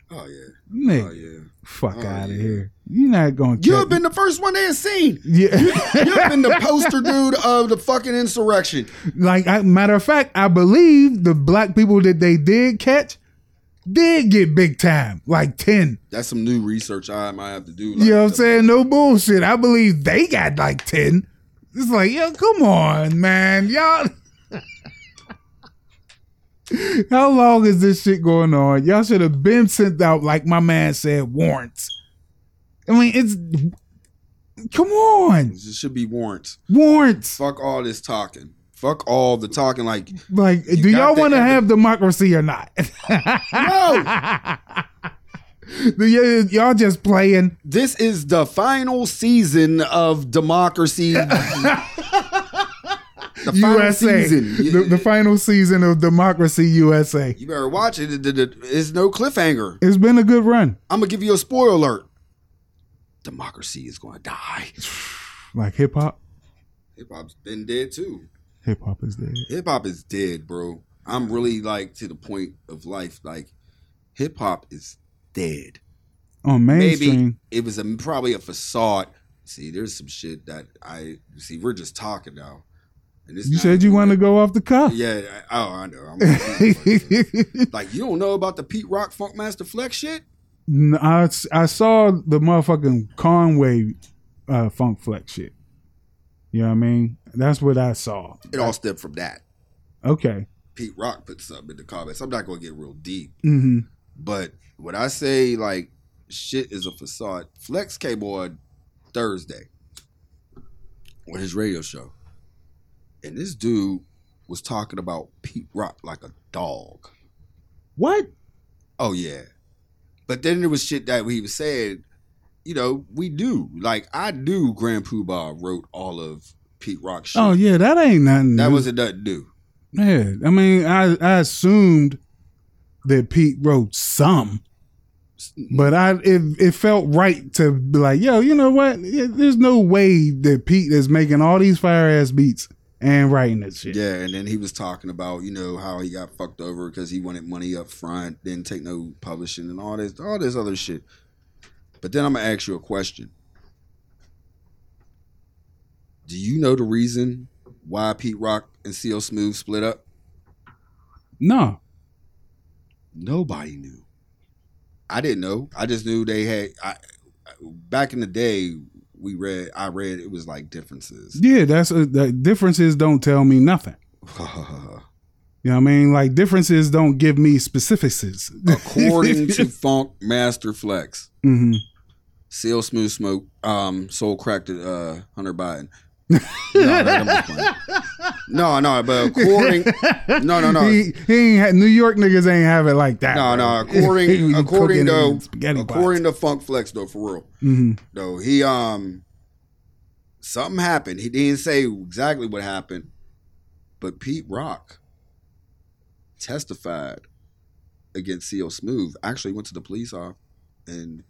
C: Oh yeah.
A: Nigga,
C: Oh yeah.
A: fuck
C: Oh,
A: out of
C: yeah.
A: here. You're not gonna
C: You
A: kill
C: have been the first one they had seen.
A: yeah.
C: You have been the poster dude of the fucking insurrection.
A: [laughs] like I, matter of fact, I believe the black people that they did catch did get big time, like ten.
C: That's some new research I might have to do.
A: You know what I'm
C: the-
A: saying? No bullshit. I believe they got like 10. It's like, yo, come on, man. Y'all. [laughs] How long is this shit going on? Y'all should have been sent out, like my man said, warrants. I mean, it's. Come on.
C: It should be warrants.
A: Warrants.
C: Fuck all this talking. Fuck all the talking. Like
A: Like, do
C: got
A: y'all
C: the
A: want to
C: evidence.
A: have democracy or not? [laughs] no. y'all just playing.
C: this is the final season of democracy. the final
A: USA,
C: season.
A: The, the final season of Democracy USA.
C: you better watch it. It- it- It's no cliffhanger.
A: It's been a good run,
C: I'm gonna give you a spoiler alert. Democracy is gonna die.
A: like hip hop.
C: Hip hop's been dead too.
A: Hip hop is dead.
C: Hip hop is dead, bro. I'm really like to the point of life. Like hip hop is dead.
A: On mainstream,
C: maybe it was a, probably a facade. See, there's some shit that I see. We're just talking now. And it's
A: you
C: not
A: said you
C: even
A: want to
C: real.
A: go off the cuff.
C: Yeah. I, oh, I know. I'm- like you don't know about the Pete Rock Funk Master Flex shit.
A: [laughs] N- I, s- I saw the motherfucking Conway uh, Funk Flex shit. You know what I mean? That's what I saw.
C: It all stemmed from that.
A: Okay.
C: Pete Rock put something in the comments. I'm not gonna get real deep,
A: hmm
C: but when I say like shit is a facade, Flex came on Thursday with his radio show, and this dude was talking about Pete Rock like a dog.
A: What?
C: Oh yeah. But then there was shit that he was saying, you know, we do. Like I knew Grand Poobah wrote all of Pete Rock shit.
A: Oh yeah, that ain't nothing.
C: That
A: new.
C: wasn't nothing new.
A: yeah. I mean, I I assumed that Pete wrote some. But I it, it felt right to be like, yo, you know what? Yeah, There's no way that Pete is making all these fire ass beats and writing this shit.
C: Yeah, and then he was talking about, you know, how he got fucked over because he wanted money up front, didn't take no publishing and all this all this other shit. But then I'm gonna ask you a question. Do you know the reason why Pete Rock and CL Smooth split up?
A: No.
C: Nobody knew. I didn't know. I just knew they had. I, back in the day, we read. I read it was like [laughs] differences.
A: Yeah, that's a, the differences don't tell me nothing. You know what I mean? Like differences don't give me specifics.
C: Mm-hmm. According [laughs] to Funk Master Flex,
A: hmm
C: Seal Smooth Smoke, um, Soul Cracked uh, Hunter [laughs] Biden. no, no, that was funny. no, no, but according, no, no, no, [laughs]
A: He, he ain't had, New York niggas ain't have it like that. [laughs]
C: no, no.
A: bro. He
C: According,
A: was
C: according
A: cooking
C: to
A: in spaghetti
C: according to Funk Flex though, for real.
A: hmm
C: though. He um something happened. He didn't say exactly what happened, but Pete Rock testified against CL Smooth. Actually went to the police off and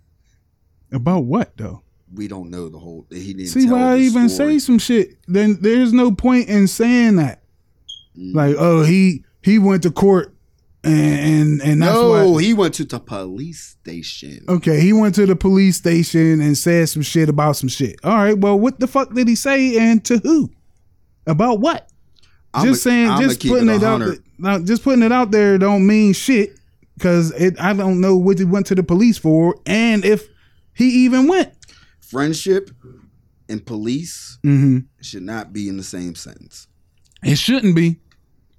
A: About what though?
C: we don't know the whole he didn't
A: See
C: tell
A: why I
C: the
A: even
C: story.
A: say some shit? Then there's no point in saying that.
C: Mm.
A: Like, oh, he he went to court, and and, and that's
C: No,
A: why. Oh,
C: he went to the police station.
A: Okay, he went to the police station and said some shit about some shit. All right, well, what the fuck did he say and to who? About what?
C: I'ma-
A: just saying,
C: I'ma
A: just
C: keep
A: putting it, out,
C: 100.
A: th- now, just putting it out there don't mean shit because it. I don't know what he went to the police for, and if he even went.
C: Friendship and police
A: Mm-hmm.
C: should not be in the same sentence.
A: It shouldn't be.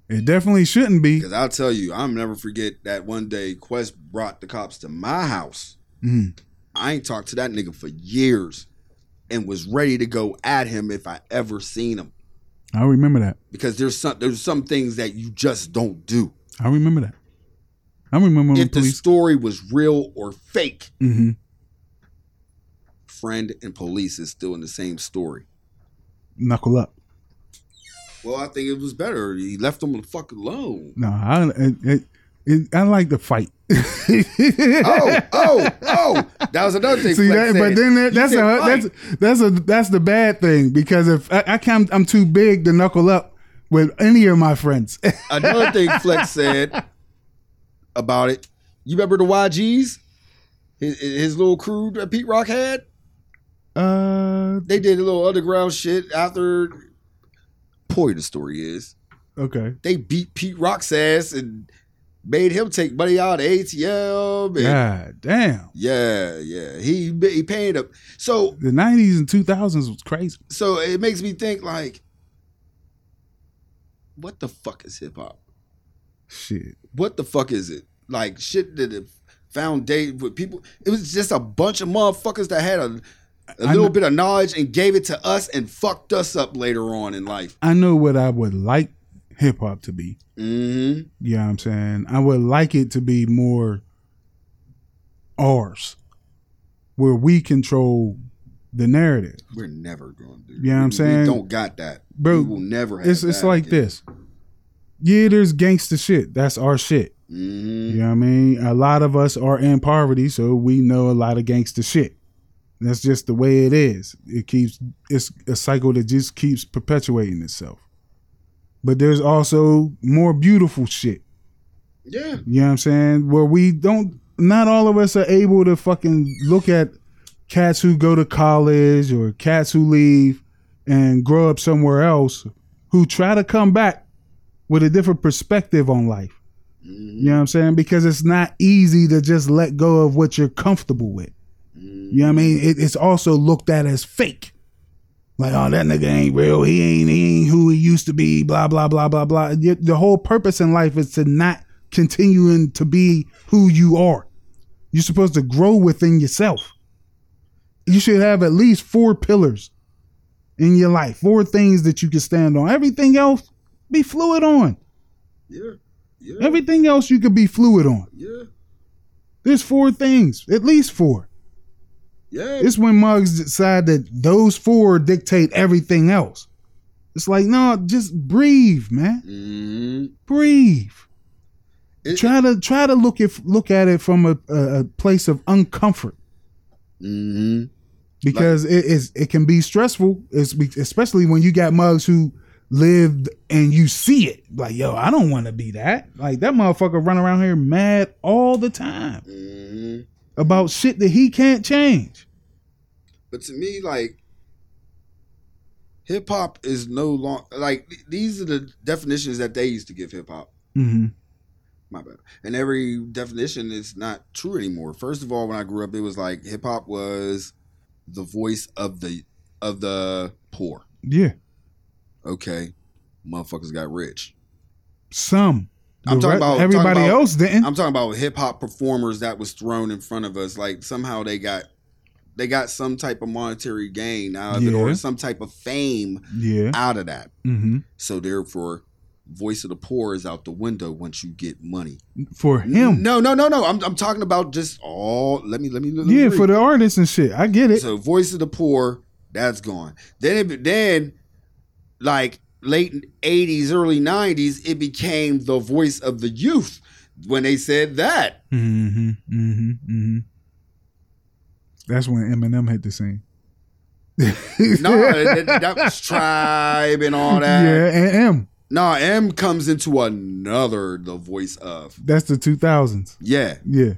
A: It definitely shouldn't be.
C: Because I'll tell you, I'll never forget that one day Quest brought the cops to my house.
A: Mhm.
C: I ain't talked to that nigga for years and was ready to go at him if I ever seen him.
A: I remember that.
C: Because there's some there's some things that you just don't do.
A: I remember that. I remember when
C: If the
A: police.
C: story was real or fake,
A: Mhm.
C: friend and police is still in the same story.
A: Knuckle up.
C: Well, I think it was better. He left him the
A: [laughs]
C: fuck alone.
A: No, I it, it, it, I like to fight. [laughs]
C: oh, oh, oh! That was another thing.
A: See that,
C: Flex said.
A: but then that,
C: He
A: that's a
C: said, "Fight."
A: that's that's a that's the bad thing because if I, I can I'm too big to knuckle up with any of my friends. [laughs]
C: Another thing Flex said about it. You remember the YGs? His, his little crew that Pete Rock had?
A: uh,
C: They did a little underground shit after. Boy, the story is
A: okay,
C: they beat Pete Rock's ass and made him take money out of ATM. And yeah.
A: god damn,
C: yeah, He he paid up. So
A: the '90s and 2000s was crazy.
C: so it makes me think like, what the fuck is hip hop?
A: Shit,
C: what the fuck is it? Like shit that it found day with people. It was just a bunch of motherfuckers that had a, a
A: I
C: little
A: kn-
C: bit of knowledge and gave it to us and fucked us up later on in life.
A: I know what I would like hip hop to be.
C: Mm-hmm.
A: You know what I'm saying? I would like it to be more ours, where we control the narrative.
C: We're never going to. do
A: You know what I'm
C: we-
A: saying?
C: We don't got that,
A: Bro,
C: We will never. Have
A: it's it's like this. Yeah, there's gangster shit. That's our shit.
C: Mm-hmm.
A: You know what I mean? A lot of us are in poverty, so we know a lot of gangster shit. That's just the way it is. It keeps it's a cycle that just keeps perpetuating itself. But there's also more beautiful shit.
C: Yeah.
A: You know what I'm saying? Where we don't not all of us are able to fucking look at cats who go to college or cats who leave and grow up somewhere else who try to come back with a different perspective on life.
C: Mhm.
A: You know what I'm saying? Because it's not easy to just let go of what you're comfortable with.
C: Mhm.
A: You know what I mean? It, it's also looked at as fake. Like, oh, that nigga ain't real. He ain't, he ain't who he used to be, blah, blah, blah, blah, blah. Yet The whole purpose in life is to not continuing to be who you are. You're supposed to grow within yourself. You should have at least four pillars in your life, four things that you can stand on. Everything else, be fluid on.
C: Yeah. Yeah.
A: Everything else you could be fluid on.
C: yeah.
A: There's four things, at least four.
C: Yeah.
A: It's when mugs decide that those four dictate everything else. It's like, no, just breathe, man.
C: hmm
A: Breathe.
C: It-
A: Try to try to look at look at it from a, a, a place of uncomfort
C: hmm
A: because it is it can be stressful. It's be- especially when you got mugs who lived and you see it. Like, yo, I don't want to be that. Like that motherfucker run around here mad all the time
C: hmm
A: about shit that he can't change.
C: But to me, like hip hop is no long like th- these are the definitions that they used to give hip hop.
A: Mm-hmm.
C: my bad. And every definition is not true anymore. First of all, when I grew up, it was like hip hop was the voice of the of the poor.
A: Yeah.
C: Okay, motherfuckers got rich.
A: Some.
C: I'm
A: The
C: talking
A: re-
C: about- talking
A: everybody
C: about-
A: else didn't.
C: I'm talking about hip hop performers that was thrown in front of us. Like somehow they got they got some type of monetary gain out of it
A: Yeah.
C: or some type of fame
A: yeah.
C: out of that.
A: hmm
C: So therefore, voice of the poor is out the window once you get money.
A: For him.
C: No, no, no, no. I'm, I'm talking about just all. Let me, let me. Let me
A: yeah,
C: read.
A: for the artists and shit. I get it.
C: so voice of the poor. That's gone. Then, it, then, like late '80s, early '90s, it became the voice of the youth. When they said that,
A: hmm hmm hmm That's when Eminem hit the scene.
C: [laughs]
A: [laughs]
C: no, that, that was tribe and all that.
A: Yeah, and M.
C: No, M comes into another the voice of.
A: That's the 2000s.
C: Yeah,
A: Yeah.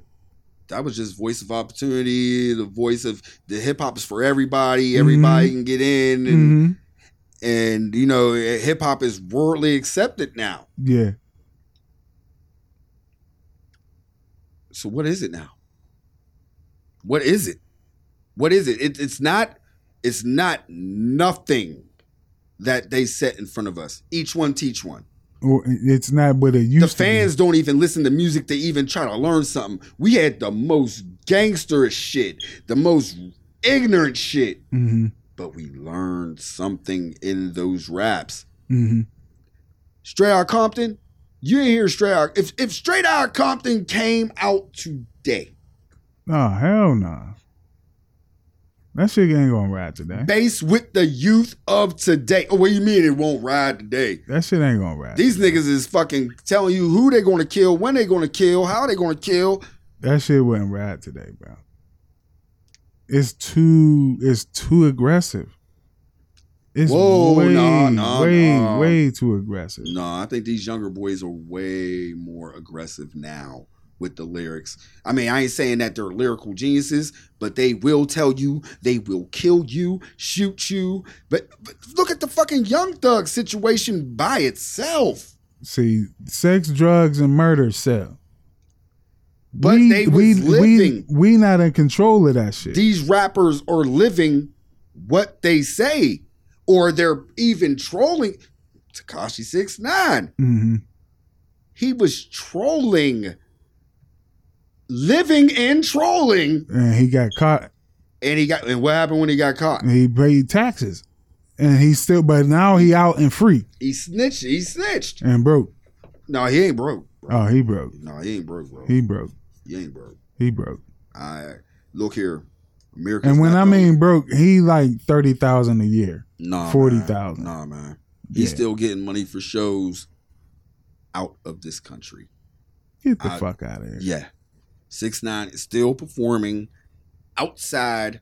C: that was just voice of opportunity. The voice of the hip hop is for everybody. Everybody
A: Mm-hmm.
C: can get in, and
A: hmm
C: and you know eh, hip hop is worldly accepted now.
A: Yeah.
C: So what is it now? What is it? What is it? it it's not. It's not nothing that they set in front of us. Each one teach one.
A: Or it's not what it used
C: The
A: to be.
C: fans don't even listen to music to even try to learn something. We had the most gangster shit, the most ignorant shit,
A: hmm
C: but we learned something in those raps.
A: hmm
C: Straight Out Compton, you didn't hear Straight Out. If if Straight Out Compton came out today,
A: Oh hell no. That shit ain't gonna ride today.
C: based with the youth of today. Oh, what do you mean it won't ride today?
A: That shit ain't gonna ride.
C: These niggas is fucking telling you who they gonna kill, when they gonna kill, how they gonna kill.
A: that shit wouldn't ride today, bro. It's too it's too aggressive. It's
C: Whoa,
A: way,
C: nah, nah,
A: way,
C: nah.
A: way too aggressive.
C: No, I think these younger boys are way more aggressive now with the lyrics. I mean, I ain't saying that they're lyrical geniuses, but they will tell you, they will kill you, shoot you. But, but look at the fucking Young Thug situation by itself.
A: See, sex, drugs, and murder sell.
C: But they was living.
A: We, we not in control of that shit.
C: These rappers are living what they say, or they're even trolling. Takashi Six Nine,
A: hmm
C: he was trolling, living and trolling.
A: And he got caught
C: And he got and what happened when he got caught?
A: and he paid taxes. And he still but now he out and free
C: He snitched. He snitched.
A: and broke.
C: No, he ain't broke. Bro.
A: Oh, he broke.
C: No, he ain't broke, bro. He,
A: He broke.
C: ain't broke.
A: He broke.
C: I look here, America.
A: And when I mean broke, he like thirty thousand a year.
C: nah,
A: 40,000.
C: No, nah, man, he's
A: Yeah.
C: still getting money for shows out of this country.
A: Get the
C: I-
A: fuck out of here.
C: Yeah, six nine is still performing outside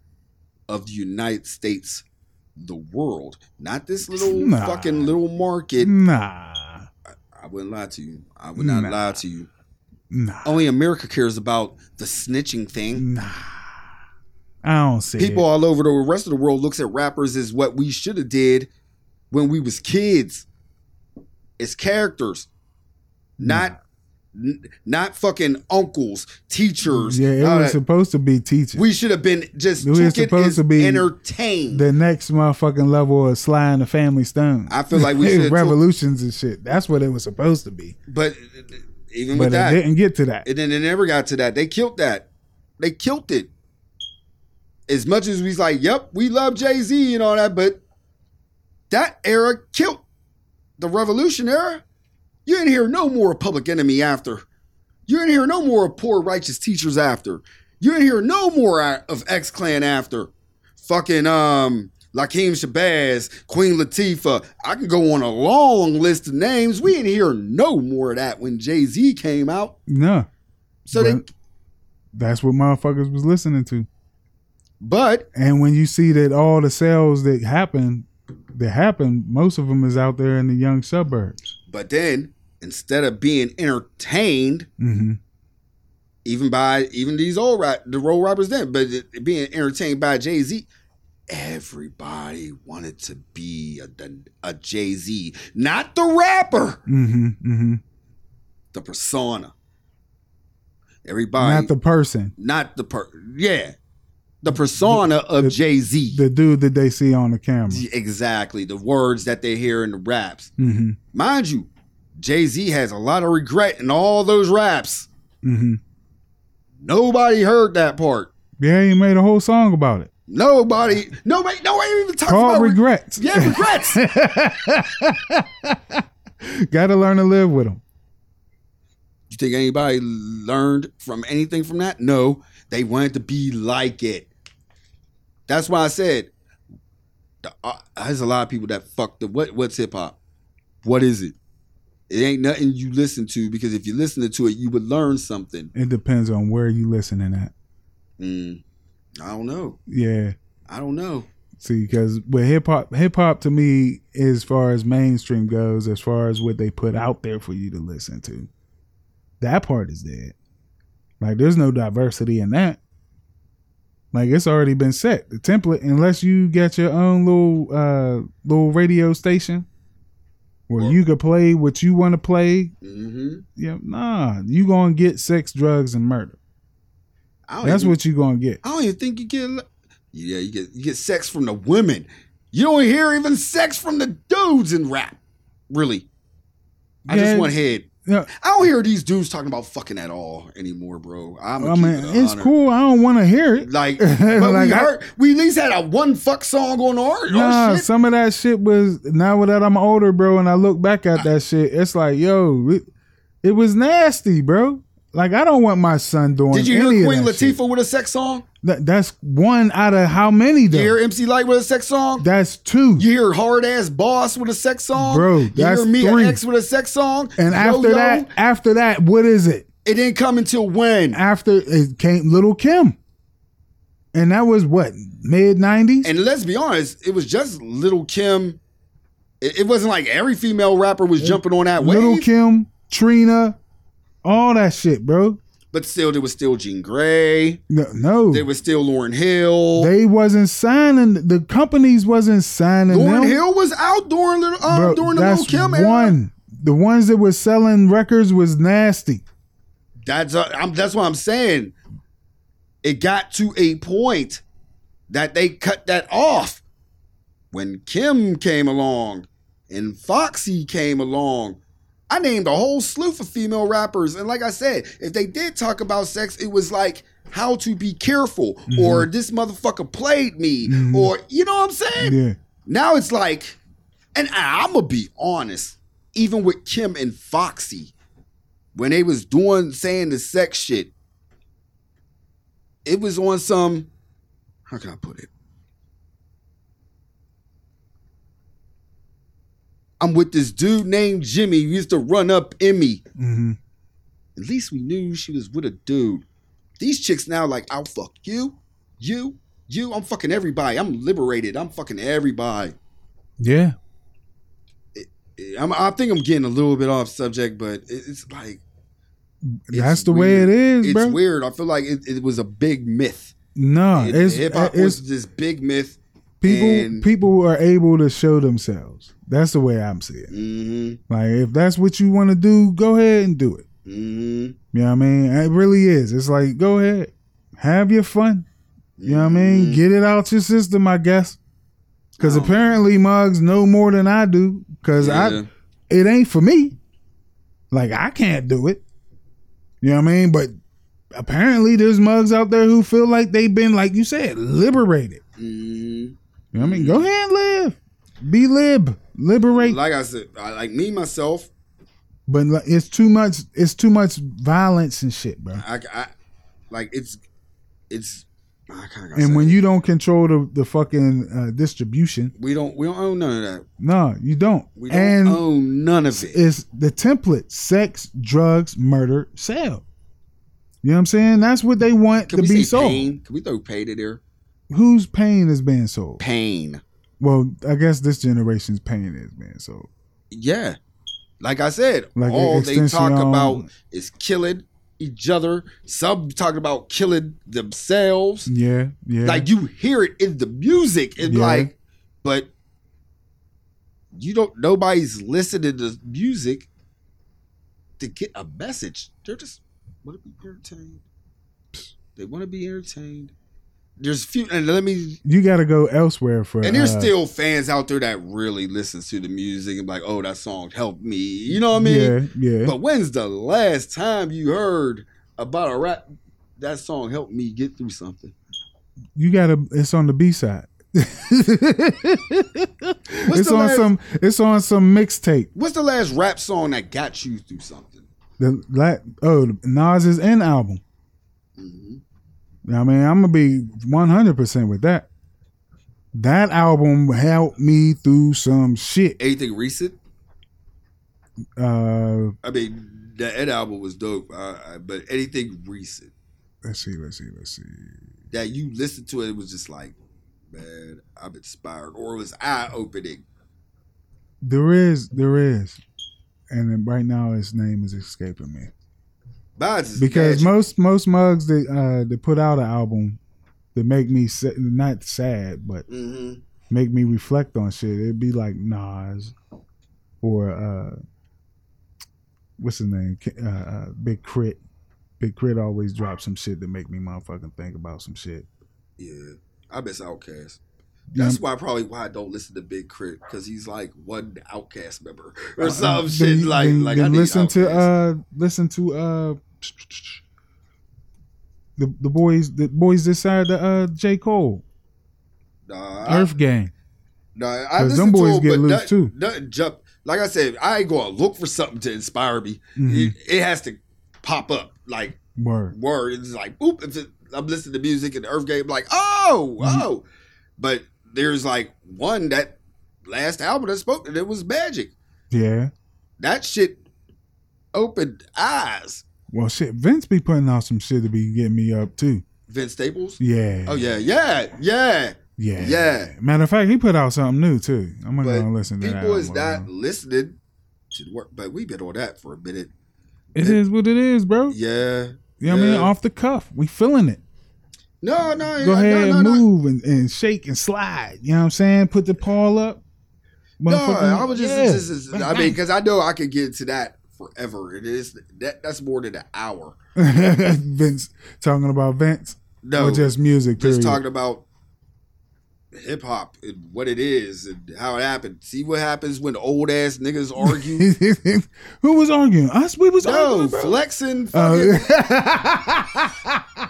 C: of the United States, the world, not this little
A: Nah.
C: fucking little market.
A: Nah.
C: I wouldn't lie to you. I would not
A: Nah.
C: lie to you.
A: Nah.
C: Only America cares about the snitching thing.
A: Nah. I don't see
C: people
A: it.
C: all over the rest of the world looks at rappers as what we should have did when we was kids as characters not n- not fucking uncles teachers
A: Yeah, it
C: all
A: was
C: that.
A: supposed to be teaching.
C: we should have been just
A: We were
C: took it
A: supposed
C: as
A: to be
C: entertained
A: the next motherfucking level of Sly and the Family Stone.
C: I
A: [laughs]
C: feel like we should have took-
A: revolutions and shit. That's what it was supposed to be.
C: but uh, even
A: But
C: with
A: it
C: that
A: didn't get to that.
C: and then they never got to that they killed that they killed it as much as we's like yep we love jay-z and all that but that era killed the revolution era you didn't hear no more public enemy after you didn't hear no more poor righteous teachers after you didn't hear no more uh, of x-clan after fucking um Lakeem Shabazz, Queen Latifah. I can go on a long list of names. We didn't hear no more of that when Jay Z came out.
A: No.
C: So they,
A: But that's what motherfuckers was listening to.
C: but
A: And when you see that all the sales that happen, that happen, most of them is out there in the young suburbs.
C: but then instead of being entertained,
A: Mm-hmm.
C: even by even these old rap, the road rappers then, but it- being entertained by Jay Z, everybody wanted to be a, a Jay Z, not the rapper,
A: Mm-hmm. Mm-hmm.
C: the persona. Everybody,
A: Not the person,
C: not the per, yeah, the persona
A: the-
C: of Jay Z.
A: the dude that they see on the camera.
C: Exactly, the words that they hear in the raps.
A: hmm
C: Mind you, Jay Z has a lot of regret in all those raps.
A: hmm
C: Nobody heard that part.
A: Yeah, he made a whole song about it.
C: Nobody, nobody, nobody even talks
A: Called
C: about re-
A: regrets. [laughs]
C: Yeah, regrets.
A: Got to learn to live with them.
C: You think anybody learned from anything from that? No, they wanted to be like it. That's why I said the, uh, there's a lot of people that fucked up. What what's hip hop? What is it? It ain't nothing you listen to because if you listened to it, you would learn something.
A: It depends on where you listening at.
C: Mm, I don't know.
A: Yeah.
C: I don't know.
A: See, because with hip hop, hip hop to me, as far as mainstream goes, as far as what they put out there for you to listen to, that part is dead. Like, there's no diversity in that. Like, it's already been set the template. Unless you got your own little uh little radio station where
C: Or-
A: you could play what you want to play.
C: hmm
A: Yeah, nah, you gonna get sex, drugs, and murder.
C: I don't
A: That's
C: even,
A: what you gonna get.
C: I don't even think you get. le- Yeah, you get you get sex from the women. You don't hear even sex from the dudes in rap. Really, I
A: Yeah.
C: just want head.
A: Yeah,
C: I don't hear these dudes talking about fucking at all anymore, bro. I'm
A: I mean, Oh, it's
C: honor.
A: cool. I don't want to hear it.
C: Like,
A: [laughs]
C: but
A: Like,
C: we
A: I-
C: heard we at least had a one fuck song on our, our
A: Nah,
C: shit.
A: some of that shit was now that I'm older, bro, and I look back at that shit, it's like, yo, it, it was nasty, bro. Like I don't want my son doing.
C: Did you
A: any
C: hear
A: of
C: Queen
A: that shit.
C: Latifah with a sex song?
A: That- that's one out of how many
C: You hear
A: though?
C: MC Light with a sex song?
A: That's two.
C: You hear hard ass boss with a sex song,
A: Bro,
C: You
A: that's
C: hear me
A: three.
C: X with a sex song,
A: and
C: Yo,
A: after
C: yo,
A: that, after that, what is it?
C: it didn't come until when?
A: After it came Little Kim, and that was what mid '90s.
C: And let's be honest, it was just Little Kim. It, it wasn't like every female rapper was jumping on that
A: Little
C: wave,
A: Kim, Trina, all that shit, bro.
C: but still, there was still Jean Grey.
A: No, no.
C: There was still Lauren Hill.
A: They wasn't signing. The companies wasn't signing
C: Lauren
A: them.
C: Hill was out during little um,
A: Bro,
C: during the Lil
A: that's
C: Kim era.
A: one. The ones that were selling records was nasty.
C: That's uh, I'm, that's what I'm saying. It got to a point that they cut that off when Kim came along and Foxy came along. I named a whole slew of female rappers, and like I said, if they did talk about sex, it was like how to be careful, or this motherfucker played me, or you know what I'm saying.
A: Yeah,
C: Now it's like, and I'm gonna be honest, even with Kim and Foxy, when they was doing saying the sex shit, it was on some. How can I put it? I'm with this dude named Jimmy. who used to run up in me.
A: hmm
C: At least we knew she was with a dude. These chicks now, like, I'll fuck you, you, you. I'm fucking everybody. I'm liberated. I'm fucking everybody.
A: yeah.
C: I'm, I think I'm getting a little bit off subject, but it- it's like It's
A: That's the way
C: weird.
A: it is,
C: it's
A: bro.
C: weird. I feel like it, it was a big myth.
A: No,
C: It-
A: it's,
C: Hip hop
A: it's
C: was this big myth.
A: people.
C: and-
A: people are able to show themselves. That's the way I'm seeing. it.
C: hmm
A: Like if that's what you want to do, go ahead and do it.
C: hmm
A: You know what I mean? It really is. It's like go ahead, have your fun. You know what I mean? Get it out your system, I guess. Because
C: Oh.
A: apparently Muggs know more than I do. Because
C: Yeah.
A: I, it ain't for me. Like I can't do it. You know what I mean? But apparently there's mugs out there who feel like they've been, like you said, liberated.
C: Mhm.
A: You know what I mean? Go ahead and live. Be lib. Liberate.
C: Like I said, I, like me myself,
A: but like, it's too much. It's too much violence and shit, bro.
C: I, I like it's it's. I kinda gotta
A: And
C: say
A: when
C: it.
A: you don't control the, the fucking uh, distribution,
C: we don't we don't own none of that.
A: no, you don't.
C: We don't Oh.
A: and
C: own none of it.
A: is the template sex, drugs, murder, sell. You know what I'm saying? That's what they want
C: Can
A: to
C: we
A: be
C: say
A: sold.
C: pain? Can we throw pain in there?
A: Whose pain is being sold?
C: Pain.
A: Well, I guess this generation's pain is being sold.
C: Yeah. Like I said,
A: Like
C: all they talk
A: extension,
C: about
A: um,
C: is killing each other. Some talk about killing themselves.
A: Yeah, yeah.
C: Like you hear it in the music and
A: Yeah.
C: like, but you don't nobody's listening to music to get a message. They're just want to be entertained. They want to be entertained. There's few, and let me
A: You got to go elsewhere for.
C: And there's
A: uh,
C: still fans out there that really listens to the music and be like, oh, that song helped me. You know what I mean?
A: yeah, yeah.
C: But when's the last time you heard about a rap that song helped me get through something?
A: you got to. It's on the B side. [laughs]
C: What's
A: it's
C: the
A: on
C: last-
A: some. It's on some mixtape.
C: What's the last rap song that got you through something?
A: The like oh Nas's end album. Mm-hmm.
C: Mhm.
A: I mean, I'm gonna be 100 percent with that. That album helped me through some shit.
C: Anything recent?
A: Uh,
C: I mean, that Ed album was dope, uh, but anything recent
A: let's see, let's see, let's see.
C: that you listened to it, it was just like, man, I'm inspired, or it was eye opening.
A: There is, there is, and then right now his name is escaping me. because most most mugs that uh that put out an album that make me sa- not sad but
C: hmm
A: make me reflect on shit it'd be like Nas or uh what's his name K- uh, uh Big Crit Big Crit always drops some shit that make me motherfucking think about some shit
C: Yeah, I miss Outcast.
A: Yeah.
C: That's why probably why I don't listen to Big Crit because he's like one Outcast member [laughs] or
A: Uh,
C: some
A: then
C: shit
A: you-
C: like
A: then-
C: like
A: then
C: I need
A: listen to
C: Outkast.
A: uh listen to uh the, the boys the boys this side the uh J Cole
C: nah, I-
A: Earth Gang
C: nah, I
A: 'cause
C: listen
A: them boys
C: to him,
A: get
C: but
A: loose
C: nothing,
A: too.
C: Nothing jump. Like I said, I ain't gonna look for something to inspire me.
A: Mhm.
C: It, it has to pop up like
A: word
C: word. It's like oop. If it, I'm listening to music and Earth Game, like oh
A: Mhm.
C: oh, but there's like one that last album that spoke and it was Magic.
A: yeah
C: That shit opened eyes.
A: Well, shit, Vince be putting out some shit to be getting me up too.
C: Vince Staples.
A: Yeah.
C: Oh yeah, yeah, yeah.
A: Yeah.
C: yeah.
A: Matter of fact, he put out something new too. I'm gonna
C: But
A: go and listen to that.
C: People is
A: album.
C: not listening to the work, but we've been on that for a minute.
A: It is what it is, bro.
C: Yeah.
A: You know what I mean?
C: yeah.
A: Off the cuff, we feeling it.
C: No, no,
A: Go
C: yeah,
A: ahead
C: no,
A: and
C: no,
A: move and, and shake and slide. You know what I'm saying? Put the paw up.
C: No,
A: Motherfucking-
C: I was just,
A: Yeah.
C: just- just- I mean, because I know I could get into that forever. It is that that's more than an hour.
A: [laughs] Vince talking about Vince
C: No,
A: or just music.
C: just
A: period.
C: talking about hip hop and what it is and how it happened. See what happens when old
A: [laughs]
C: ass niggas argue.
A: [laughs] Who was arguing? Us? We was
C: no,
A: arguing. Bro.
C: flexing. fucking-
A: Oh. [laughs]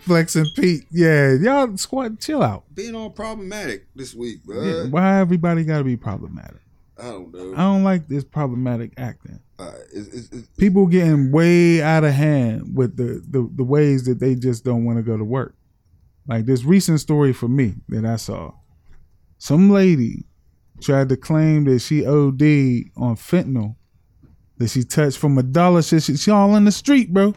A: Flex and Pete. Yeah, y'all squad, chill out.
C: being all problematic this week, bro.
A: Yeah, why everybody got to be problematic?
C: I don't know.
A: I don't like this problematic acting.
C: Uh, it's, it's, it's,
A: People getting way out of hand with the, the, the ways that they just don't want to go to work. Like this recent story for me that I saw. Some lady tried to claim that she OD'd on fentanyl that she touched from a dollar. She, she, she all in the street, bro.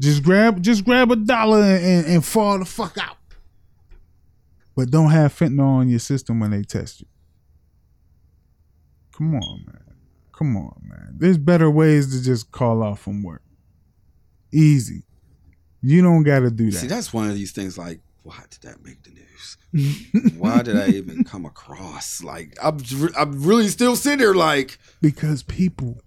A: Just grab, just grab a dollar and, and, and fall the fuck out. But don't have fentanyl on your system when they test you. Come on, man. Come on, man. There's better ways to just call off from work. Easy. You don't got to do
C: See,
A: that.
C: that's one of these things like, why did that make the news? why did I even come across? Like, I'm, I'm really still sitting there like,
A: because people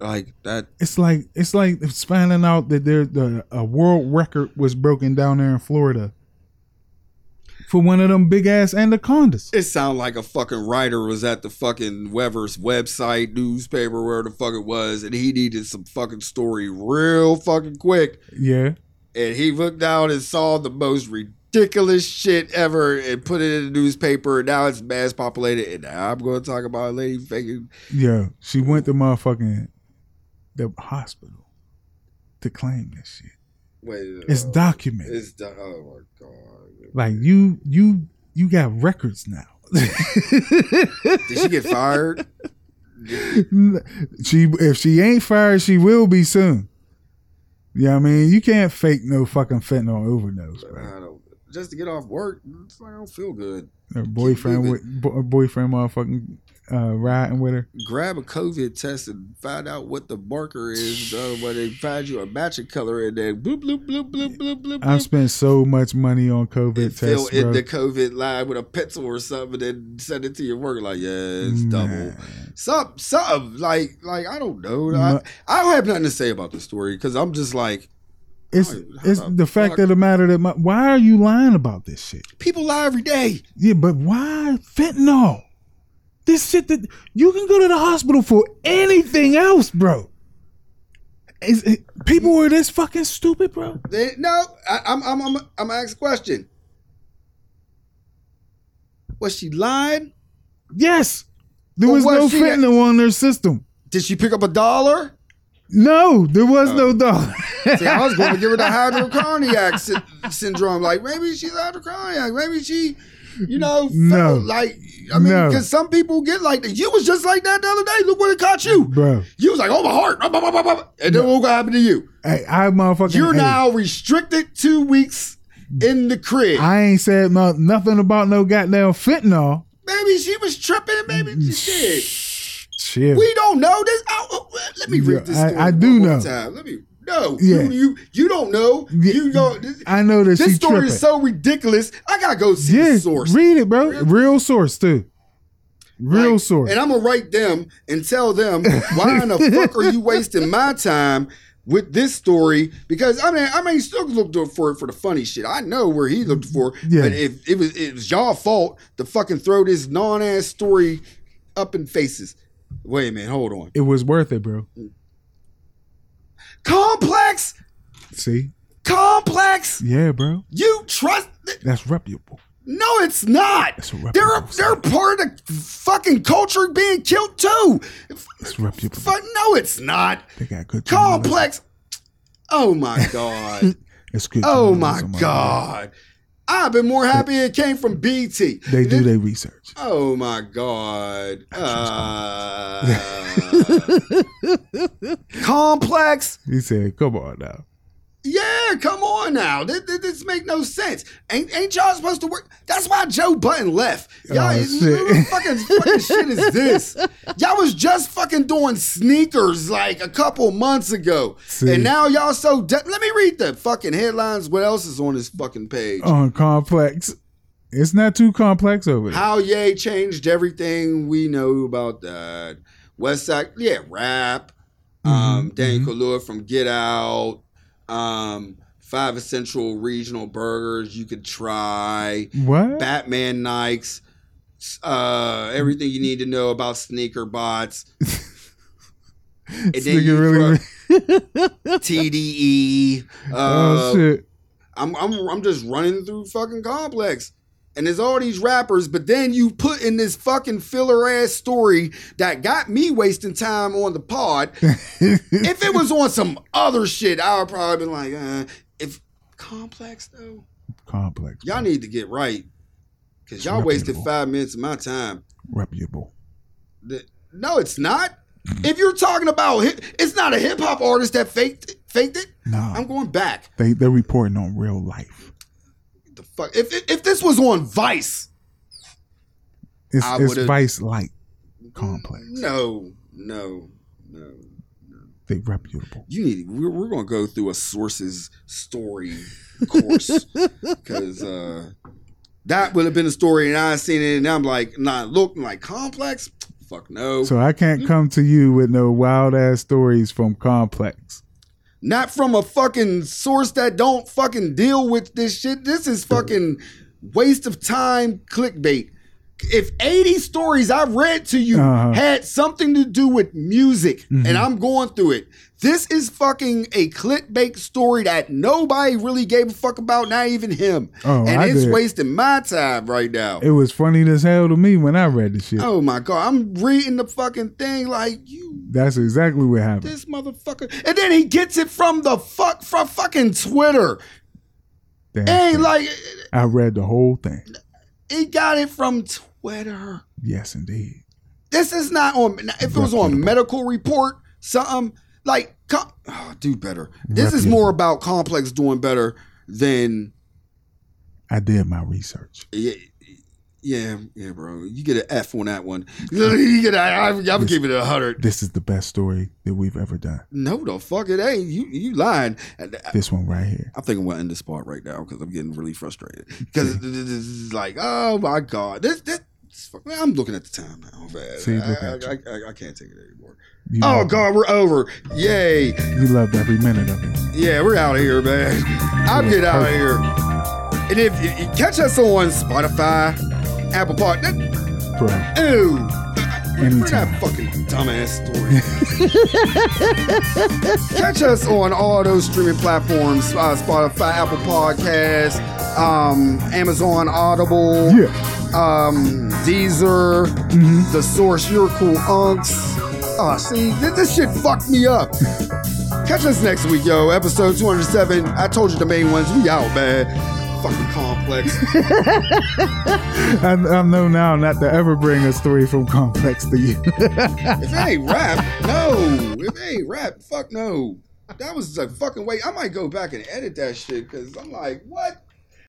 C: like that.
A: it's like it's like it's finding out that there the a world record was broken down there in Florida for one of them big ass anacondas.
C: It sounded like a fucking writer was at the fucking Weber's website, newspaper, where the fuck it was, and he needed some fucking story real fucking quick.
A: Yeah,
C: And he looked down and saw the most ridiculous shit ever and put it in the newspaper. And now it's mass populated. And now I'm going to talk about a lady faking.
A: yeah. She went to motherfucking the hospital to claim this shit.
C: Wait,
A: It's
C: uh,
A: documented.
C: It's the, oh my god.
A: Like you, you, you got records now. [laughs]
C: Did she get fired?
A: she if she ain't fired, she will be soon. Yeah, I mean you can't fake no fucking fentanyl overdose,
C: I
A: bro.
C: don't. just to get off work. It's like, I don't feel good.
A: Her boyfriend
C: moving.
A: with bo- boyfriend motherfucking uh, riding with her.
C: Grab a COVID test and find out what the marker is uh, when they find you a matching color and then bloop bloop bloop bloop bloop bloop.
A: I've
C: bloop.
A: spent so much money on
C: And
A: COVID
C: fill
A: tests,
C: in
A: bro.
C: the COVID line with a pencil or something, and then send it to your work. Like, yeah, it's double. Some, something like, like I don't know. I,
A: No.
C: I don't have nothing to say about this story because I'm just like
A: It's
C: How the
A: it's the fact
C: fuck?
A: of the matter that my, why are you lying about this shit?
C: people lie every day.
A: Yeah, but why fentanyl? This shit that you can go to the hospital for anything else, bro. Is it, people are this fucking stupid, bro?
C: They, no, I, I'm, I'm, I'm, I'm gonna ask a question. Was she lying?
A: Yes, there
C: But
A: was
C: what
A: no
C: she got-
A: fentanyl on their system.
C: Did she pick up a dollar?
A: No, there was
C: Uh,
A: no dog. [laughs]
C: See, I was going to give her the hydrochroniac sy- syndrome. Like maybe she's hydrochroniac. Maybe she, you know,
A: No.
C: felt like I mean,
A: No.
C: because some people get like that. You was just like that the other day. Look what it caught you.
A: bro.
C: You was like, oh my heart, Ah, bah, bah, bah, bah. and then what gonna happen to you?
A: Hey, I motherfucking.
C: You're
A: hey,
C: now restricted two weeks in the crib.
A: I ain't said no, nothing about no goddamn fentanyl.
C: maybe she was tripping. Maybe she did.
A: Chill.
C: We don't know this. I, I- let me
A: Yeah,
C: read this.
A: I-
C: story
A: I
C: one
A: do
C: more
A: know.
C: Time. Let me. No,
A: Yeah.
C: you, you you don't know.
A: Yeah,
C: You don't. This,
A: I know that
C: this
A: she
C: story
A: tripping.
C: is so ridiculous. I gotta go see
A: yeah,
C: the source.
A: read it, bro.
C: Real-
A: Real source too. Real
C: Like,
A: source.
C: And I'm gonna write them and tell them
A: [laughs]
C: why in the fuck are you wasting my time with this story? Because I mean, I mean, still looked for it for the funny shit. I know where he looked for,
A: Yeah.
C: but if it was it was y'all fault to fucking throw this non ass story up in faces. Wait a minute, hold on.
A: it was worth it, bro.
C: Complex,
A: See?
C: complex.
A: Yeah, bro.
C: You trust?
A: That's reputable.
C: No, it's not.
A: That's a reputable
C: They're they're part of the fucking culture being killed too.
A: That's reputable.
C: Fuck, no, it's not.
A: They got good journalism.
C: complex. Oh my god.
A: It's good.
C: Oh
A: journalism
C: my
A: out there.
C: god. I've been more happy it came from BT.
A: They do their research.
C: Oh my god. Uh, complex.
A: He said, "Come on now."
C: Yeah, come on now. This, this, this make no sense. Ain't ain't y'all supposed to work? That's why Joe Button left. Y'all,
A: Oh,
C: what
A: shit.
C: fucking fucking shit is this? Y'all was just fucking doing sneakers like a couple months ago,
A: See.
C: and now y'all so. De- Let me read the fucking headlines. What else is on this fucking page?
A: On complex, it's not too complex over there.
C: How Ye changed everything we know about that. West Side, yeah, rap. Um,
A: Mhm,
C: Dan Kalua from Get Out. Um, five Essential Regional Burgers you could try.
A: Mm-hmm. What?
C: Batman Nikes. s- Uh, everything you need to know about
A: [laughs]
C: sneaker bots. And
A: This
C: then
A: nigga
C: you
A: really-
C: throw TDE.
A: [laughs]
C: Uh,
A: oh shit!
C: I'm, I'm I'm just running through fucking complex. And there's all these rappers, but then you put in this fucking filler ass story that got me wasting time on the pod. [laughs] if it was on some other shit, I would probably been like, uh, if complex though,
A: Complex.
C: y'all need to get right, cause y'all wasted five minutes of my time.
A: reputable.
C: Th- No, it's not. If you're talking about, hip, it's not a hip hop artist that faked it, faked it.
A: Nah,
C: I'm going back.
A: they they're reporting on real life.
C: The fuck. If if, if this was on Vice.
A: It's,
C: I
A: it's
C: would've- Mm-hmm.
A: vice like complex.
C: No, no, no.
A: They reputable.
C: You need. We're, we're gonna go through a sources story course because uh, that would have been a story, and I seen it, and I'm like, nah, look, like complex. Fuck no,
A: So I can't come to you with no wild ass stories from
C: [laughs]
A: complex.
C: not from a fucking source that don't fucking deal with this shit. This is fucking waste of time clickbait. If 80 stories I read to you
A: Uh-huh.
C: had something to do with music and I'm going through it, this is fucking a clickbait story that nobody really gave a fuck about, not even him.
A: Oh,
C: and
A: I
C: it's
A: did.
C: wasting my time right now.
A: It was funny as hell to me when I read the shit.
C: oh my God. I'm reading the fucking thing like you
A: That's exactly what happened.
C: this motherfucker. And then he gets it from the fuck from fucking Twitter.
A: Damn
C: Hey,
A: shit.
C: like
A: I read the whole thing.
C: he got it from Twitter.
A: Yes, indeed.
C: This is not on. now, If it was on
A: Reputable.
C: medical report, something like com- oh, do better. This is more about complex doing better than
A: I did my research.
C: Yeah, yeah, yeah, bro. You get an F on that one. [laughs] You get a, I, I'm gonna give it a hundred.
A: This is the best story that we've ever done.
C: No, the fuck it ain't. You you lying. And I-
A: This one right here.
C: I think I'm gonna end this part right now because I'm getting really frustrated. Because this is like, oh my god, this this. I'm looking at the time now, man.
A: See, look
C: I,
A: at
C: I, I, I can't take it anymore.
A: You
C: Oh
A: loved it.
C: god, we're over. Yay.
A: You loved every minute of it.
C: Yeah, we're out of here, man. I'm getting out of here. And if you you catch us on Spotify, Apple Park, that,
A: Bro.
C: ooh, we're
A: Anytime.
C: that fucking dumbass story. [laughs] catch us on all those streaming platforms: uh, Spotify, Apple Podcasts, um, Amazon Audible,
A: Yeah. Mm-hmm.
C: um, Deezer, The Source, Your Cool Unks. Oh, see, th- this shit fucked me up. Catch us next week, yo. Episode 207. I told you the main ones. We out, man. Fucking complex.
A: I, I know now not to ever bring a story from Complex to you.
C: [laughs] If it ain't rap, no. If it ain't rap, fuck no. That was a fucking way. I might go back and edit that shit because I'm like, what?